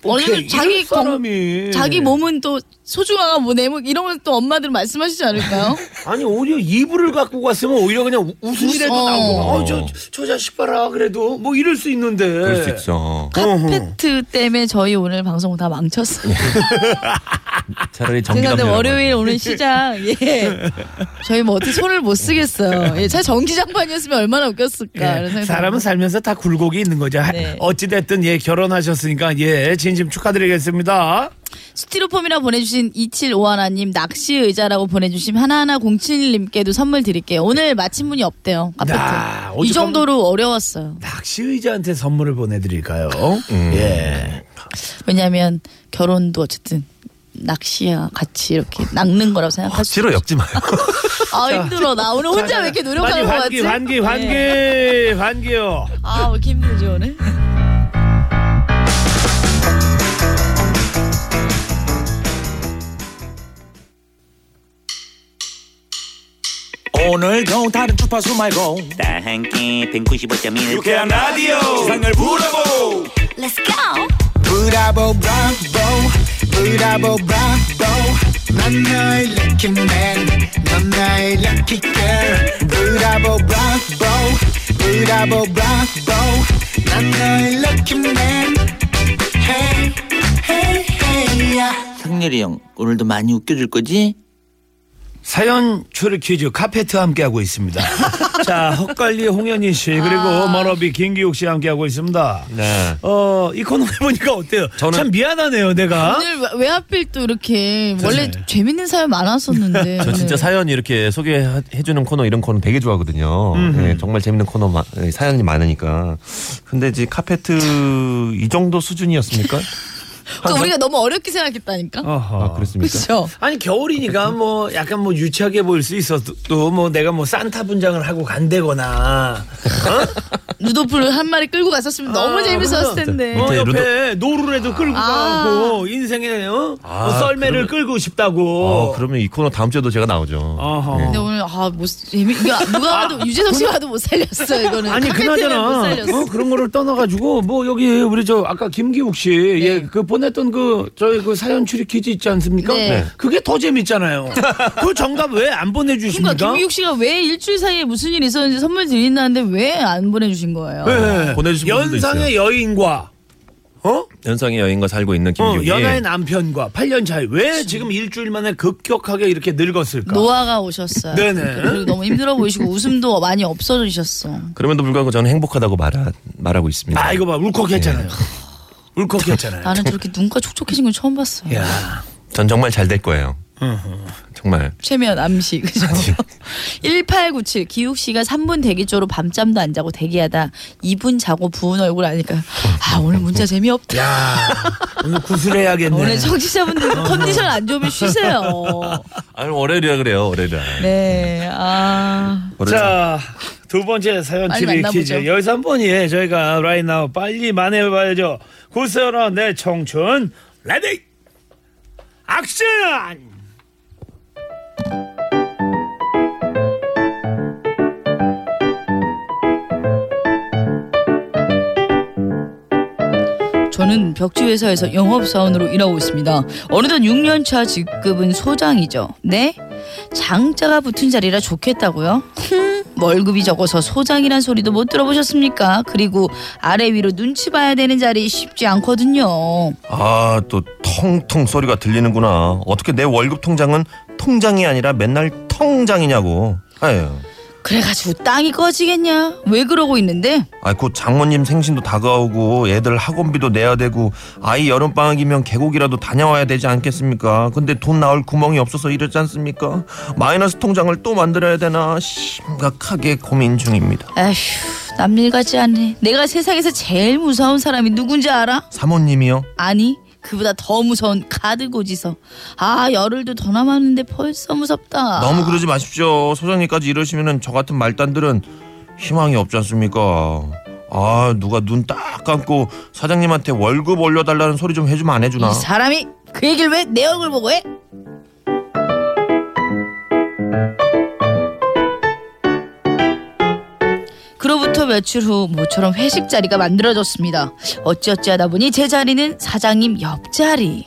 Speaker 13: 어쨌든
Speaker 1: 오케이,
Speaker 13: 아. 자기
Speaker 1: 이런 사람이.
Speaker 13: 건- 자기 뭐 몸은 또 소중하고 뭐내 몸 이런 걸 또 엄마들 말씀하시지 않을까요?
Speaker 1: 아니 오히려 이불을 갖고 갔으면 오히려 그냥 우- 웃음이라도
Speaker 13: 웃어.
Speaker 1: 나오고 어저 저 자식 봐라 그래도 뭐 이럴 수 있는데
Speaker 11: 그럴 수 있죠.
Speaker 13: 카페트 때문에 저희 오늘 방송 다 망쳤어요.
Speaker 1: 네,
Speaker 11: 차라리
Speaker 13: 죄송한데
Speaker 11: 정기담.
Speaker 13: 월요일 오늘 시장 예 저희 뭐 어떻게 손을 못 쓰겠어요. 예, 차 전기장판이었으면 얼마나 웃겼을까. 그러니까 네. 이런 생각이
Speaker 1: 네. 사람은 살면서 다 굴곡이 있는 거죠. 어찌 됐든 예 결혼하셨으니까 예 진심 축하드리겠습니다.
Speaker 13: 스티로폼이라 보내주신 2751님 낚시 의자라고 보내주신 하나하나 07님께도 선물 드릴게요. 오늘 마친 분이 없대요. 카페트.
Speaker 1: 야,
Speaker 13: 이
Speaker 1: 어떡하면-
Speaker 13: 정도로 어려웠어요.
Speaker 1: 낚시 의자한테 선물을 보내드릴까요? 예.
Speaker 13: 왜냐하면 결혼도 어쨌든 낚시와 같이 이렇게 낚는 거라고 생각할 수.
Speaker 11: 싫어 엮지 마요.
Speaker 13: 아 힘들어. 나 오늘 혼자 왜 이렇게 노력하는 거
Speaker 1: 많이
Speaker 13: 같지?
Speaker 1: 환기, 환기,
Speaker 13: 예.
Speaker 1: 환기, 환기요.
Speaker 13: 아, 왜 이렇게 힘들지 오늘?
Speaker 10: 오늘도 다른 주파수 말고 다 함께 195.1
Speaker 17: 유쾌한 라디오.
Speaker 10: 세상을 부러보
Speaker 18: Let's go.
Speaker 9: 브라보 브라보 브라보 브라보 넌 나의 lucky man 넌 나의 lucky girl 브라보 브라보 브라보 브라보 넌 나의 lucky man Hey hey hey yeah.
Speaker 10: 상렬이 형 오늘도 많이 웃겨줄 거지?
Speaker 1: 사연 추리 퀴즈 카페트 함께 하고 있습니다. 자 헛갈리 홍현희 씨 그리고
Speaker 13: 아.
Speaker 1: 머러비 김기욱 씨 함께 하고 있습니다.
Speaker 11: 네.
Speaker 1: 어이 코너 해보니까 어때요? 참 미안하네요 내가.
Speaker 13: 오늘 왜- 왜 하필 또 이렇게 원래 재밌는 사연 많았었는데.
Speaker 11: 저 진짜
Speaker 13: 오늘.
Speaker 11: 사연 이렇게 소개해주는 코너 이런 코너 되게 좋아하거든요.
Speaker 1: 음흠.
Speaker 11: 예, 정말 재밌는 코너 마- 예, 사연이 많으니까. 근데 이제 카페트 이 정도 수준이었습니까?
Speaker 13: 그러니까 우리가 너무 어렵게 생각했다니까.
Speaker 11: 아 그렇습니까?
Speaker 13: 그렇죠.
Speaker 1: 아니 겨울이니까 뭐 약간 뭐 유치하게 보일 수 있어도 또 뭐 내가 뭐 산타 분장을 하고 간대거나
Speaker 13: 루도프를 한 마리 끌고 갔었으면 너무 재밌었을 텐데.
Speaker 1: 아, 어, 옆에 노루라도 끌고
Speaker 13: 아.
Speaker 1: 가고 인생에 어?
Speaker 11: 아,
Speaker 1: 뭐 썰매를
Speaker 11: 그러면-
Speaker 1: 끌고 싶다고.
Speaker 11: 어, 네. 그러면 이 코너 다음 주에도 제가 나오죠.
Speaker 13: 근데 오늘 아못 뭐, 재미 이거 누가 봐도 유재석 씨가 봐도 못 살렸어 이거는.
Speaker 1: 아, 아니
Speaker 13: 카페트는 못
Speaker 1: 그나저나
Speaker 13: 살렸어. 네.
Speaker 1: 어, 그런 거를 떠나가지고 뭐 여기 우리 저 아까 김기욱 씨예그 보냈던 그 저희 그 사연 추리 퀴즈 있지 않습니까?
Speaker 13: 네. 네.
Speaker 1: 그게 더 재밌잖아요. 그 정답 왜 안 보내주십니까?
Speaker 13: 그러니까 김기욱 씨가 왜 일주일 사이에 무슨 일이 있었는지 선물 드린다는데 왜 안 보내주신 거예요?
Speaker 11: 어, 보내주신 분들도
Speaker 1: 네. 연상의
Speaker 11: 있어요.
Speaker 1: 여인과
Speaker 11: 연상의 여인과 살고 있는
Speaker 1: 어,
Speaker 11: 김규기.
Speaker 1: 연하의 만과 8년 차이 왜 지금 일주일 만에 급격하게 이렇게 늙었을까?
Speaker 13: 노화가 오셨어요.
Speaker 1: 그러니까. 네네.
Speaker 13: 그리고 너무 힘들어 보이시고 웃음도 많이 없어지셨어.
Speaker 11: 그럼에도 불구하고 저는 행복하다고 말하, 말하고 있습니다.
Speaker 1: 아 이거 봐 울컥했잖아요. 울컥했잖아요.
Speaker 13: 나는 저렇게 눈가 촉촉해진 건 처음 봤어요.
Speaker 11: 전 정말 잘 될 거예요. 정말.
Speaker 13: 최면 암시 그죠? 1897 기욱 씨가 3분 대기 쪽으로 밤잠도 안 자고 대기하다 2분 자고 부은 얼굴 아니까 아 오늘 문자 재미없다.
Speaker 1: 오늘 구슬해야겠네.
Speaker 13: 오늘 어, 청취자분들 컨디션 안 좋으면 쉬세요.
Speaker 11: 아니 월요일이라 그래요 월요일이라.
Speaker 13: 네. 아.
Speaker 1: 자, 두 번째 사연
Speaker 13: 빨리
Speaker 1: TV
Speaker 13: 만나보죠.
Speaker 1: 퀴즈. 13번이 저희가 right now 빨리 만회해봐야죠. 구세어라 내 청춘. 레디! 액션!
Speaker 13: 저는 벽지 회사에서 영업 사원으로 일하고 있습니다. 어느덧 6년 차 직급은 소장이죠. 네? 장자가 붙은 자리라 좋겠다고요? 흠, 월급이 적어서 소장이란 소리도 못 들어보셨습니까? 그리고 아래 위로 눈치 봐야 되는 자리 쉽지 않거든요.
Speaker 11: 아 또 텅텅 소리가 들리는구나. 어떻게 내 월급 통장은 통장이 아니라 맨날 통장이냐고. 아유.
Speaker 13: 그래가지고 땅이 꺼지겠냐? 왜 그러고 있는데?
Speaker 11: 아, 곧 장모님 생신도 다가오고 애들 학원비도 내야 되고 아이 여름 방학이면 계곡이라도 다녀와야 되지 않겠습니까? 근데 돈 나올 구멍이 없어서 이러지 않습니까? 마이너스 통장을 또 만들어야 되나 심각하게 고민 중입니다.
Speaker 13: 에휴, 남일 같지 않네. 내가 세상에서 제일 무서운 사람이 누군지 알아?
Speaker 11: 사모님이요?
Speaker 13: 아니 그보다 더 무서운 카드 고지서 아 열흘도 더 남았는데 벌써 무섭다
Speaker 11: 너무 그러지 마십시오. 소장님까지 이러시면은 저 같은 말단들은 희망이 없지 않습니까? 아 누가 눈 딱 감고 사장님한테 월급 올려달라는 소리 좀 해주면 안 해주나?
Speaker 13: 이 사람이 그 얘기를 왜 내 얼굴 보고 해? 그로부터 며칠 후 모처럼 회식 자리가 만들어졌습니다 어찌어찌 하다 보니 제 자리는 사장님 옆자리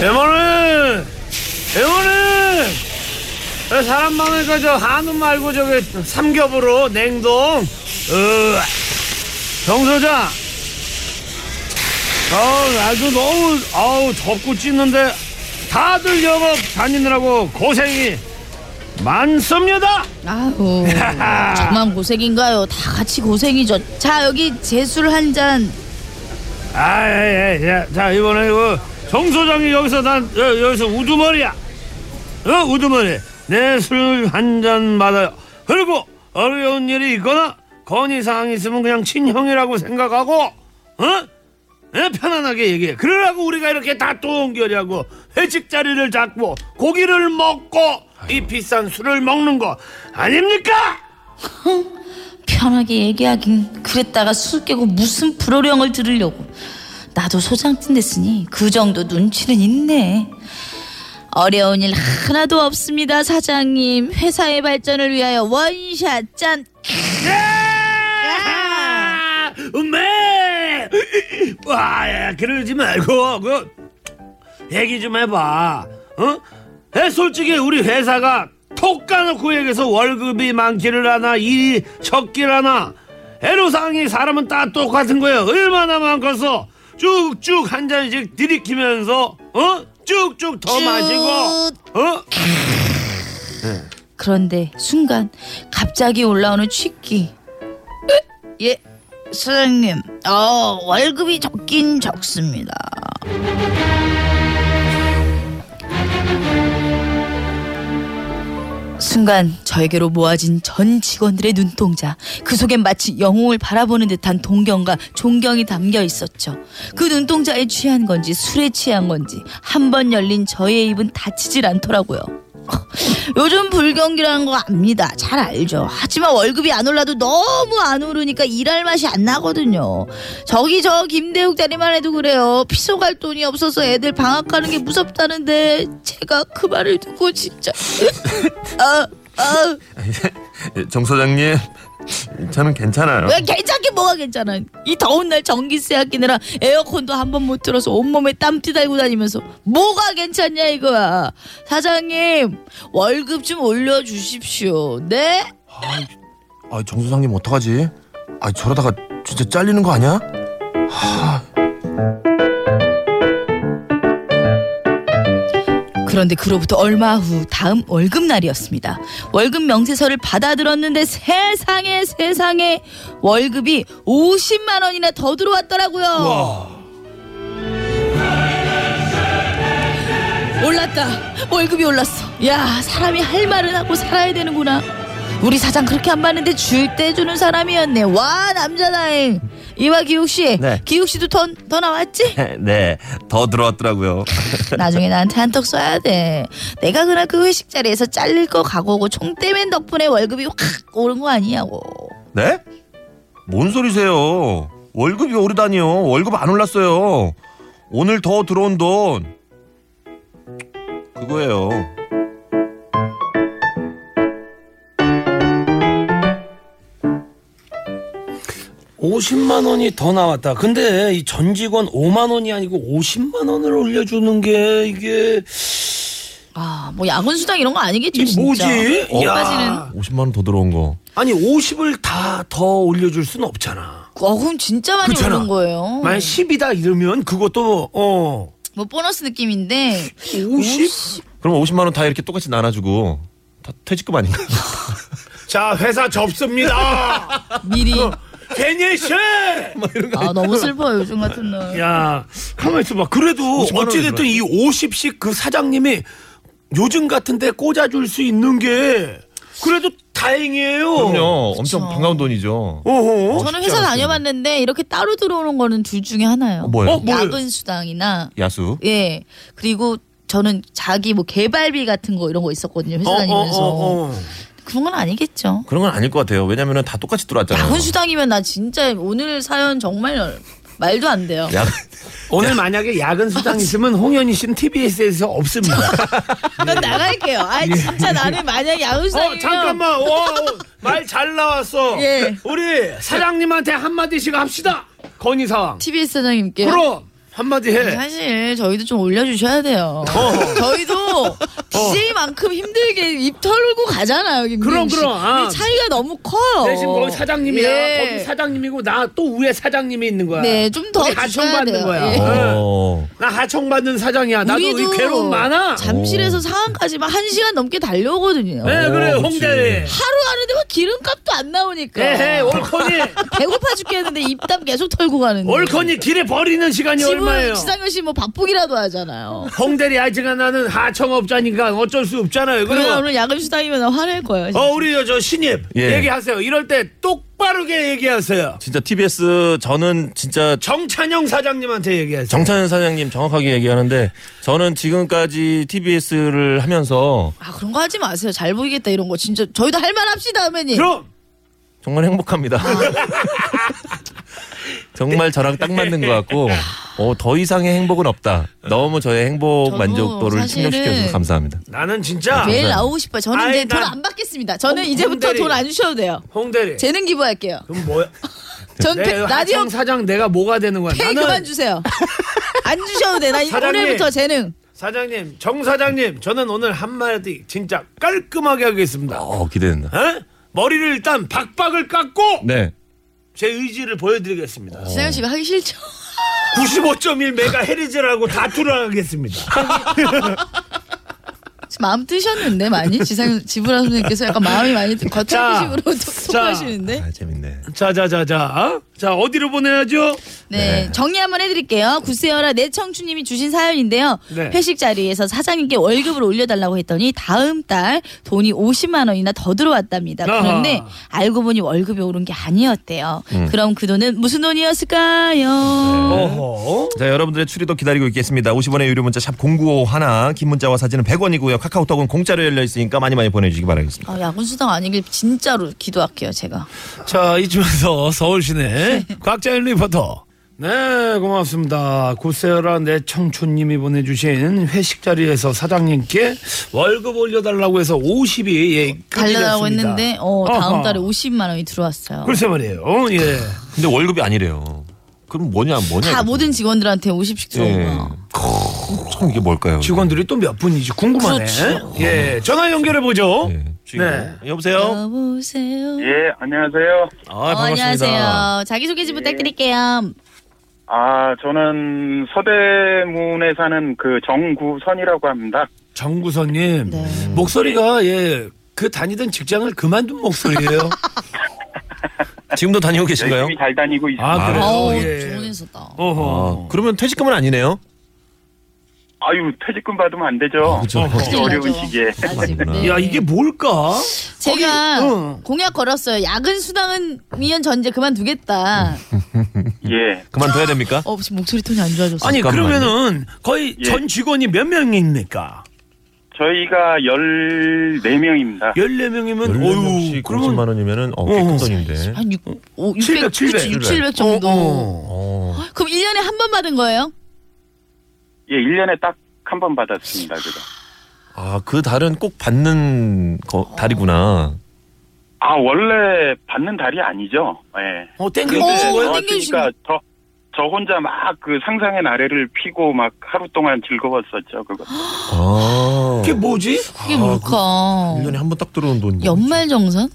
Speaker 1: 대머는! 대머는! 사람 많으니까 저 한우 말고 저기 삼겹으로 냉동. 으아. 정소장! 아우, 아주 너무, 아우, 덥고 찢는데 다들 영업 다니느라고 고생이 많습니다!
Speaker 13: 아우 저만 고생인가요 다 같이 고생이죠 자 여기 제술 한잔
Speaker 1: 아, 예, 예, 예. 자, 이번에 이거 정 소장이 여기서 난 여, 여기서 우두머리야. 어, 우두머리. 내 술 한 잔 받아요. 그리고 어려운 일이 있거나 건의 사항이 있으면 그냥 친형이라고 생각하고, 어? 예, 편안하게 얘기해. 그러라고 우리가 이렇게 다 동결하고 회식 자리를 잡고 고기를 먹고 이 비싼 술을 먹는 거 아닙니까?
Speaker 13: 편하게 얘기하긴 그랬다가 술 깨고 무슨 불호령을 들으려고 나도 소장팀 됐으니 그 정도 눈치는 있네 어려운 일 하나도 없습니다 사장님 회사의 발전을 위하여 원샷 짠
Speaker 1: 음메 와 야, 그러지 말고 그 얘기 좀 해봐 어? 에, 솔직히 우리 회사가 톡 까놓고 얘기해서 월급이 많기를 하나 일이 적기를 하나 애로사항이 사람은 다 똑같은 거예요 얼마나 많겠어 쭉쭉 한 잔씩 들이키면서 어? 쭉쭉 더 마시고 어?
Speaker 13: 그런데 순간 갑자기 올라오는 취기 으, 예 사장님 어, 월급이 적긴 적습니다 순간 저에게로 모아진 전 직원들의 눈동자 그 속엔 마치 영웅을 바라보는 듯한 동경과 존경이 담겨 있었죠 그 눈동자에 취한 건지 술에 취한 건지 한 번 열린 저의 입은 다치질 않더라고요 요즘 불경기라는 거 압니다. 잘 알죠. 하지만 월급이 안 올라도 너무 안 오르니까 일할 맛이 안 나거든요. 저기 저 김대욱 자리만 해도 그래요. 피소 갈 돈이 없어서 애들 방학 가는 게 무섭다는데 제가 그 말을 듣고 진짜 아, 아우,
Speaker 11: 예, 정 소장님, 저는 괜찮아요.
Speaker 13: 왜 괜찮게 뭐가 괜찮아? 이 더운 날 전기세 아끼느라 에어컨도 한 번 못 틀어서 온몸에 땀띠 달고 다니면서 뭐가 괜찮냐 이거야. 사장님 월급 좀 올려주십시오. 네?
Speaker 11: 아, 정 소장님 어떡하지? 아, 저러다가 진짜 잘리는 거 아니야?
Speaker 13: 그런데 그로부터 얼마 후 다음 월급날이었습니다. 월급 명세서를 받아들었는데 세상에 세상에 월급이 50만 원이나 더 들어왔더라고요. 올랐다. 월급이 올랐어. 야, 사람이 할 말은 하고 살아야 되는구나. 우리 사장 그렇게 안 봤는데 줄 때 주는 사람이었네. 와, 남자다잉. 이와 기욱 씨.
Speaker 11: 네.
Speaker 13: 기욱 씨도 더, 더 나왔지?
Speaker 11: 네, 더 들어왔더라고요.
Speaker 13: 나중에 나한테 한턱 쏴야 돼. 내가 그날 그 회식 자리에서 잘릴 거 각오하고 총대맨 덕분에 월급이 확 오른 거 뭐. 아니냐고.
Speaker 11: 네? 뭔 소리세요? 월급이 오르다니요. 월급 안 올랐어요. 오늘 더 들어온 돈 그거예요.
Speaker 1: 오십만 원이 더 나왔다. 근데 이 전 직원 오만 원이 아니고 오십만 원을 올려주는 게 이게
Speaker 13: 아, 뭐 야근 수당 이런 거 아니겠지
Speaker 1: 이게 뭐지?
Speaker 13: 진짜.
Speaker 1: 어.
Speaker 13: 오빠지는
Speaker 11: 50만 원 더 들어온 거.
Speaker 1: 아니 50을 다 더 올려줄 순 없잖아.
Speaker 13: 어, 그럼 진짜 많이
Speaker 1: 그렇잖아.
Speaker 13: 오른 거예요.
Speaker 1: 만약 10이다 이러면 그것도 어
Speaker 13: 뭐 보너스 느낌인데
Speaker 1: 50?
Speaker 11: 그럼 50만 원 다 이렇게 똑같이 나눠주고 다 퇴직금 아닌가?
Speaker 1: 자 회사 접습니다.
Speaker 13: 미리
Speaker 1: 베니시.
Speaker 13: 아 너무 슬퍼요 요즘 같은 날.
Speaker 1: 야 가만 있어봐. 그래도
Speaker 13: 50만 원을
Speaker 1: 어찌됐든 이 50씩 그 사장님이 요즘 같은데 꽂아줄 수 있는 게 그래도 다행이에요.
Speaker 11: 그럼요. 엄청 반가운 돈이죠.
Speaker 1: 어허.
Speaker 13: 저는 회사 다녀봤는데 이렇게 따로 들어오는 거는 둘 중에 하나예요.
Speaker 11: 어, 뭐예요? 어, 뭐예요?
Speaker 13: 야근 수당이나
Speaker 11: 야수.
Speaker 13: 예 그리고 저는 자기 뭐 개발비 같은 거 이런 거 있었거든요
Speaker 1: 어,
Speaker 13: 회사 다니면서 그런 건 아니겠죠.
Speaker 11: 그런 건 아닐 것 같아요. 왜냐면은 다 똑같이 들어왔잖아요.
Speaker 13: 야근 수당이면 나 진짜 오늘 사연 정말 말도 안 돼요.
Speaker 11: 야-
Speaker 1: 오늘 만약에 야근
Speaker 13: 아,
Speaker 1: 수당 있으면 홍현희 씨는 TBS에서 없습니다. 어,
Speaker 13: 난 나갈게요. 아 진짜 나는 만약에 야근 수당이면
Speaker 1: 어, 잠깐만. 말 잘 나왔어.
Speaker 13: 예.
Speaker 1: 우리 사장님한테 한마디씩 합시다. 건의 사항.
Speaker 13: TBS 사장님께 네,
Speaker 1: 그럼 한마디 해.
Speaker 13: 예. 사실 저희도 좀 올려주셔야 돼요.
Speaker 1: 어.
Speaker 13: 저희도 DJ만큼 힘들게 입 털고 가잖아요. 김민희
Speaker 1: 그럼,
Speaker 13: 씨.
Speaker 1: 그럼. 아.
Speaker 13: 근데 차이가 너무 커요.
Speaker 1: 대신 거기 사장님이야.
Speaker 13: 예.
Speaker 1: 거기 사장님이고 나 또 위에 사장님이 있는 거야.
Speaker 13: 네, 좀더
Speaker 1: 우리
Speaker 13: 주셔야
Speaker 1: 하청받는
Speaker 13: 돼요.
Speaker 1: 거야.
Speaker 13: 예.
Speaker 11: 어.
Speaker 1: 응. 나 하청받는 사장이야. 나도 이
Speaker 13: 우리도
Speaker 1: 괴로움 많아. 어.
Speaker 13: 잠실에서 상암까지만 한 시간 넘게 달려오거든요.
Speaker 1: 네, 그래, 요 홍대.
Speaker 13: 하루 하는데 막 기름값도 안 나오니까.
Speaker 1: 에헤, 올커니.
Speaker 13: 배고파 죽겠는데 입담 계속 털고 가는데.
Speaker 1: 올커니 길에 버리는 시간이
Speaker 13: 지금
Speaker 1: 얼마예요?
Speaker 13: 지상현 씨뭐 바쁘기라도 하잖아요.
Speaker 1: 홍대리 아지가 나는 하청업자니까 어쩔 수 없잖아요.
Speaker 13: 그러면
Speaker 1: 그리고
Speaker 13: 오늘 야근 수당이면 나 화낼 거예요. 진짜.
Speaker 1: 어 우리 저 신입
Speaker 11: 예.
Speaker 1: 얘기하세요. 이럴 때 똑바르게 얘기하세요.
Speaker 11: 진짜 TBS 저는 진짜
Speaker 1: 정찬영 사장님한테 얘기하세요.
Speaker 11: 정찬현 사장님 정확하게 얘기하는데 저는 지금까지 TBS를 하면서
Speaker 13: 아 그런 거 하지 마세요. 잘 보이겠다 이런 거 진짜 저희도 할 말 합시다 하면이.
Speaker 1: 그럼
Speaker 11: 정말 행복합니다. 정말 저랑 딱 맞는 것 같고 어, 더 이상의 행복은 없다. 너무 저의 행복
Speaker 13: 저도
Speaker 11: 만족도를
Speaker 13: 사실은
Speaker 11: 침략시켜줘서 감사합니다.
Speaker 1: 나는 진짜
Speaker 13: 매일 나오고 싶어요. 저는
Speaker 1: 아이,
Speaker 13: 이제
Speaker 1: 난- 어,
Speaker 13: 돈 안 받겠습니다. 저는
Speaker 1: 홍-
Speaker 13: 이제부터
Speaker 1: 홍대리.
Speaker 13: 돈 안 주셔도 돼요.
Speaker 1: 홍대리.
Speaker 13: 재능 기부할게요.
Speaker 1: 그럼 뭐야?
Speaker 13: 전
Speaker 1: 내
Speaker 13: 팩- 라디오
Speaker 1: 네, 하청 사장 내가 뭐가 되는 거야?
Speaker 13: 페이
Speaker 1: 나는
Speaker 13: 그만 주세요. 안 주셔도 돼. 나 이-
Speaker 1: 사장님.
Speaker 13: 오늘부터 재능.
Speaker 1: 사장님, 정 사장님, 저는 오늘 한마디 진짜 깔끔하게 하겠습니다.
Speaker 11: 어 기대된다.
Speaker 1: 에? 머리를 일단 박박을 깎고
Speaker 11: 네.
Speaker 1: 제 의지를 보여드리겠습니다.
Speaker 13: 지상 씨가 하기 싫죠.
Speaker 1: 95.1 메가 헤르츠라고 다투를 하겠습니다.
Speaker 13: 지금 마음 뜨셨는데 많이 지상 지브라 선생님께서 약간 마음이 많이 뜬- 거창식으로 톡톡하시는데.
Speaker 11: 아, 재밌네.
Speaker 1: 자자자자, 어? 자 어디로 보내야죠?
Speaker 13: 네, 정리 한번 해드릴게요. 구세어라 내 청춘님이 주신 사연인데요.
Speaker 1: 네.
Speaker 13: 회식 자리에서 사장님께 월급을 올려달라고 했더니 다음 달 돈이 50만 원이나 더 들어왔답니다.
Speaker 9: 아하.
Speaker 13: 그런데 알고 보니 월급이 오른 게 아니었대요.
Speaker 11: 음.
Speaker 13: 그럼 그 돈은 무슨
Speaker 1: 네.
Speaker 13: 돈이었을까요?
Speaker 11: 자 여러분들의 추리도 기다리고 있겠습니다. 50원의 유료 문자 샵0951 긴 문자와 사진은 100원이고요. 카카오톡은 공짜로 열려 있으니까 많이 많이 보내주시기 바라겠습니다.
Speaker 13: 아, 야군수당 아니길 진짜로 기도할게요, 제가.
Speaker 19: 자, 이쯤에서 서울 시내 곽자연 리포터
Speaker 1: 네, 고맙습니다. 고세라 내 청춘님이 보내주신 회식 자리에서 사장님께 월급 올려달라고 해서 50이 예,
Speaker 13: 달려달라고
Speaker 1: 끊어졌습니다.
Speaker 13: 했는데 어, 다음
Speaker 1: 어허.
Speaker 13: 달에 50만 원이 들어왔어요.
Speaker 1: 글쎄 말이에요. 어, 예.
Speaker 11: 근데 월급이 아니래요. 그럼 뭐냐 뭐냐.
Speaker 13: 다 모든 직원들한테 50씩 들어온
Speaker 11: 예.
Speaker 13: 거야.
Speaker 11: 크, 참 이게 뭘까요?
Speaker 1: 직원들이 또 몇 분이지 궁금하네.
Speaker 11: 그렇죠.
Speaker 1: 예, 전화 연결해 보죠. 네,
Speaker 11: 여보세요.
Speaker 13: 여보세요.
Speaker 20: 예, 안녕하세요.
Speaker 11: 아,
Speaker 13: 어, 안녕하세요. 자기소개
Speaker 1: 예.
Speaker 13: 좀 부탁드릴게요.
Speaker 20: 아, 저는 서대문에 사는 그 정구선이라고 합니다.
Speaker 11: 아,
Speaker 1: 정구선님
Speaker 13: 네.
Speaker 1: 목소리가 예. 그 다니던 직장을 그만둔 목소리예요.
Speaker 11: 지금도 다니고 계신가요?
Speaker 20: 열심히 잘 다니고 있습니다.
Speaker 11: 아,
Speaker 1: 네.
Speaker 11: 그래요?
Speaker 13: 어우,
Speaker 11: 예.
Speaker 13: 좋은 회사다.
Speaker 11: 아, 그러면 퇴직금은 아니네요.
Speaker 20: 아유, 퇴직금 받으면 안 되죠.
Speaker 11: 그죠.
Speaker 20: 그렇게
Speaker 11: 그- 맞아.
Speaker 20: 어려운 시기에.
Speaker 1: 야, 이게 뭘까?
Speaker 13: 네. 제가 공약 걸었어요. 야근 수당은 2년 전 이제 그만두겠다.
Speaker 11: 아,
Speaker 20: 예.
Speaker 11: 그만둬야 됩니까?
Speaker 13: 어, 지금 목소리 톤이 안 좋아졌어.
Speaker 1: 아니 그러면은 거의 전 직원이 몇 명입니까?
Speaker 20: 저희가 14명입니다.
Speaker 1: 14명이면,
Speaker 11: 아, 어유 그러면 만 원이면은 어, 꽤 큰 돈인데.
Speaker 13: 한 6, 600, 700, 6, 700 정도.
Speaker 1: 어,
Speaker 11: 어.
Speaker 13: 그럼 1년에 한 번 받은 거예요?
Speaker 20: 예, 1년에 딱 한 번 받았습니다. 그죠.
Speaker 11: 아, 그 달은 꼭 받는 거, 달이구나.
Speaker 20: 아, 원래 받는 달이 아니죠. 예.
Speaker 1: 어,
Speaker 11: 땡겨주신 거예요?
Speaker 20: 그러니까 저, 저 혼자 막 그 상상의 나래를 피고 막 하루 동안 즐거웠었죠. 그거.
Speaker 11: 아.
Speaker 1: 그게 뭐지?
Speaker 13: 그게 뭘까?
Speaker 11: 1년에 뭐 한 번 딱 들어오는 돈.
Speaker 13: 연말 정산?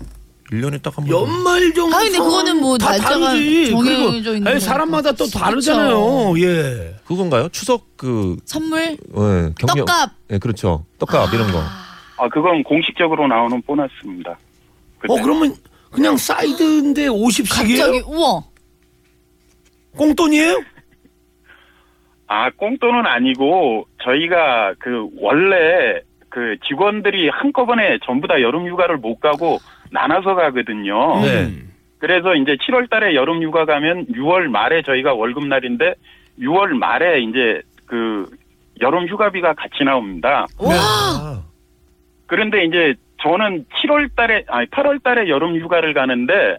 Speaker 11: 1년에 딱 한 번.
Speaker 1: 연말 정도.
Speaker 13: 아, 근데 그거는 뭐
Speaker 1: 다
Speaker 13: 날짜가
Speaker 1: 다르지.
Speaker 13: 정해져
Speaker 1: 그리고
Speaker 13: 있는
Speaker 1: 아니,
Speaker 13: 거니까.
Speaker 1: 사람마다 또 다르잖아요. 예.
Speaker 11: 그건가요? 추석 그
Speaker 13: 선물?
Speaker 11: 예, 경력.
Speaker 13: 떡값.
Speaker 11: 예, 그렇죠. 떡값 이런 거.
Speaker 20: 아, 그건 공식적으로 나오는 보너스입니다.
Speaker 1: 어 그러면 그냥 사이드인데 50씩이에요?
Speaker 13: 갑자기 우와.
Speaker 1: 꽁돈이에요?
Speaker 20: 아, 꽁돈은 아니고 저희가 그 원래 그 직원들이 한꺼번에 전부 다 여름 휴가를 못 가고 나눠서 가거든요.
Speaker 1: 네. 음.
Speaker 20: 그래서 이제 7월 달에 여름 휴가 가면 6월 말에 저희가 월급 날인데 6월 말에 이제 그 여름 휴가비가 같이 나옵니다.
Speaker 13: 네.
Speaker 1: 네.
Speaker 20: 그런데 이제 저는 7월 달에 아니 8월 달에 여름 휴가를 가는데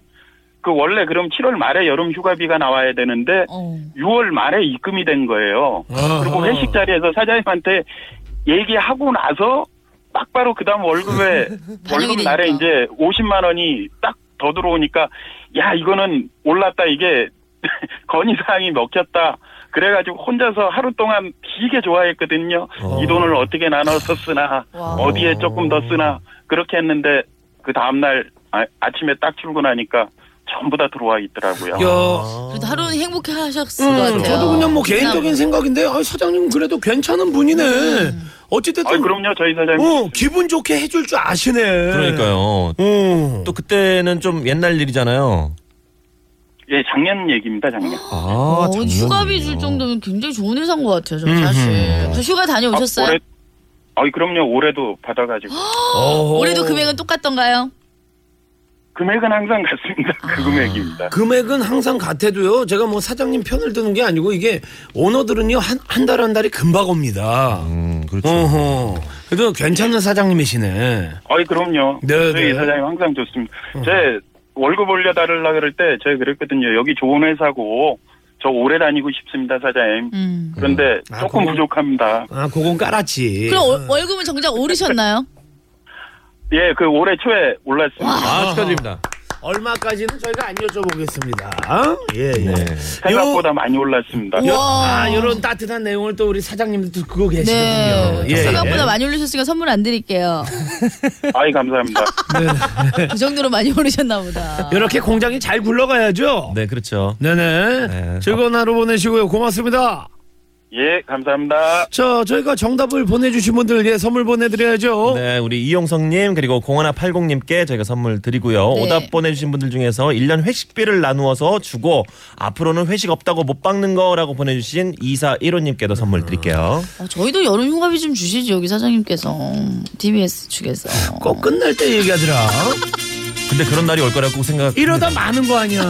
Speaker 20: 그 원래 그럼 7월 말에 여름 휴가비가 나와야 되는데
Speaker 13: 어.
Speaker 20: 6월 말에 입금이 된 거예요. 그리고 회식 자리에서 사장님한테 얘기하고 나서 딱 바로 그다음 월급에 월급 날에 이제 50만 원이 딱 더 들어오니까 야 이거는 올랐다 이게 건의사항이 먹혔다. 그래가지고 혼자서 하루 동안 되게 좋아했거든요. 이 돈을 어떻게 나눠서 쓰나, 어디에 조금 더 쓰나, 그렇게 했는데, 그 다음날 아, 아침에 딱 출근하니까 전부 다 들어와 있더라고요.
Speaker 13: 그래도 하루는 행복해 하셨을 것
Speaker 1: 음,
Speaker 13: 같아요.
Speaker 1: 저도 그냥 뭐
Speaker 13: 그냥
Speaker 1: 개인적인 생각인데 아, 사장님 그래도 괜찮은 분이네.
Speaker 13: 음.
Speaker 1: 어쨌든
Speaker 20: 아, 그럼요 저희 사장님.
Speaker 1: 어, 기분 좋게 해줄 줄 아시네. 어.
Speaker 11: 그러니까요. 또 그때는 좀 옛날 일이잖아요.
Speaker 20: 예, 작년 얘기입니다, 작년.
Speaker 11: 아,
Speaker 13: 어,
Speaker 11: 작년.
Speaker 13: 휴가비 줄 정도면 굉장히 좋은 회사인 것 같아요. 저 사실. 저 휴가 다녀오셨어요?
Speaker 20: 아, 올해, 아이, 그럼요, 올해도 받아가지고.
Speaker 13: 어, 올해도 금액은 똑같던가요?
Speaker 20: 금액은 항상 같습니다. 그 금액입니다.
Speaker 1: 금액은 항상 같아도요. 제가 뭐 사장님 편을 드는 게 아니고 이게 오너들은요 한 한 달 한 달이 금방 옵니다.
Speaker 11: 그렇죠.
Speaker 1: 그래도 괜찮은 사장님이시네.
Speaker 20: 아이, 그럼요.
Speaker 1: 네, 음.
Speaker 20: 저희
Speaker 1: 네.
Speaker 20: 사장님 항상 좋습니다. 제 월급 올려달라 그럴 때 제가 그랬거든요. 여기 좋은 회사고, 저 오래 다니고 싶습니다, 사장님.
Speaker 13: 음.
Speaker 1: 음.
Speaker 20: 그런데 조금 부족합니다.
Speaker 1: 아, 그건 깔았지.
Speaker 13: 그럼 어- 월- 월급은 정작 오르셨나요?
Speaker 20: 예, 그 올해 초에 올랐습니다.
Speaker 1: 아,
Speaker 11: 축하드립니다.
Speaker 1: 얼마까지는 저희가 안 여쭤보겠습니다. 예,
Speaker 13: 네.
Speaker 1: 예.
Speaker 11: 네.
Speaker 20: 생각보다 많이 올랐습니다.
Speaker 1: 요- 아, 이런 따뜻한 내용을 또 우리 사장님도 듣고 계시군요.
Speaker 13: 네.
Speaker 1: 예,
Speaker 13: 생각보다
Speaker 1: 예.
Speaker 13: 많이 올리셨으니까 선물 안 드릴게요.
Speaker 20: 아이, 감사합니다.
Speaker 13: 그 정도로 많이 오르셨나 보다.
Speaker 1: 이렇게 공장이 잘 굴러가야죠.
Speaker 11: 네, 그렇죠.
Speaker 1: 네네. 즐거운 하루 보내시고요. 고맙습니다.
Speaker 20: 예, 감사합니다.
Speaker 1: 자, 저희가 정답을 보내주신 분들, 예, 선물 보내드려야죠.
Speaker 11: 네, 우리 이용성님 그리고 공하나 80님께 저희가 선물 드리고요.
Speaker 1: 네.
Speaker 11: 오답 보내주신 분들 중에서 1년 회식비를 나누어서 주고 앞으로는 회식 없다고 못 박는 거라고 보내주신 2415님께도 선물 드릴게요.
Speaker 13: 어, 저희도 여름 휴가비 좀 주시죠 여기 사장님께서 TBS 측에서.
Speaker 1: 꼭 끝날 때 얘기하더라.
Speaker 11: 근데 그런 날이 올 거라고 생각.
Speaker 1: 이러다 많은 거 아니야.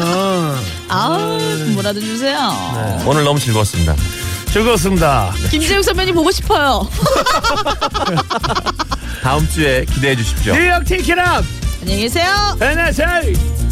Speaker 13: 아 뭐라도 주세요.
Speaker 11: 오늘 너무 즐거웠습니다.
Speaker 1: 즐거웠습니다.
Speaker 13: 김재욱 선배님 보고 싶어요.
Speaker 11: 다음 주에 기대해 주십시오. 네.
Speaker 1: 뉴욕 티켓업
Speaker 13: 안녕히 계세요.
Speaker 1: 안녕하세요.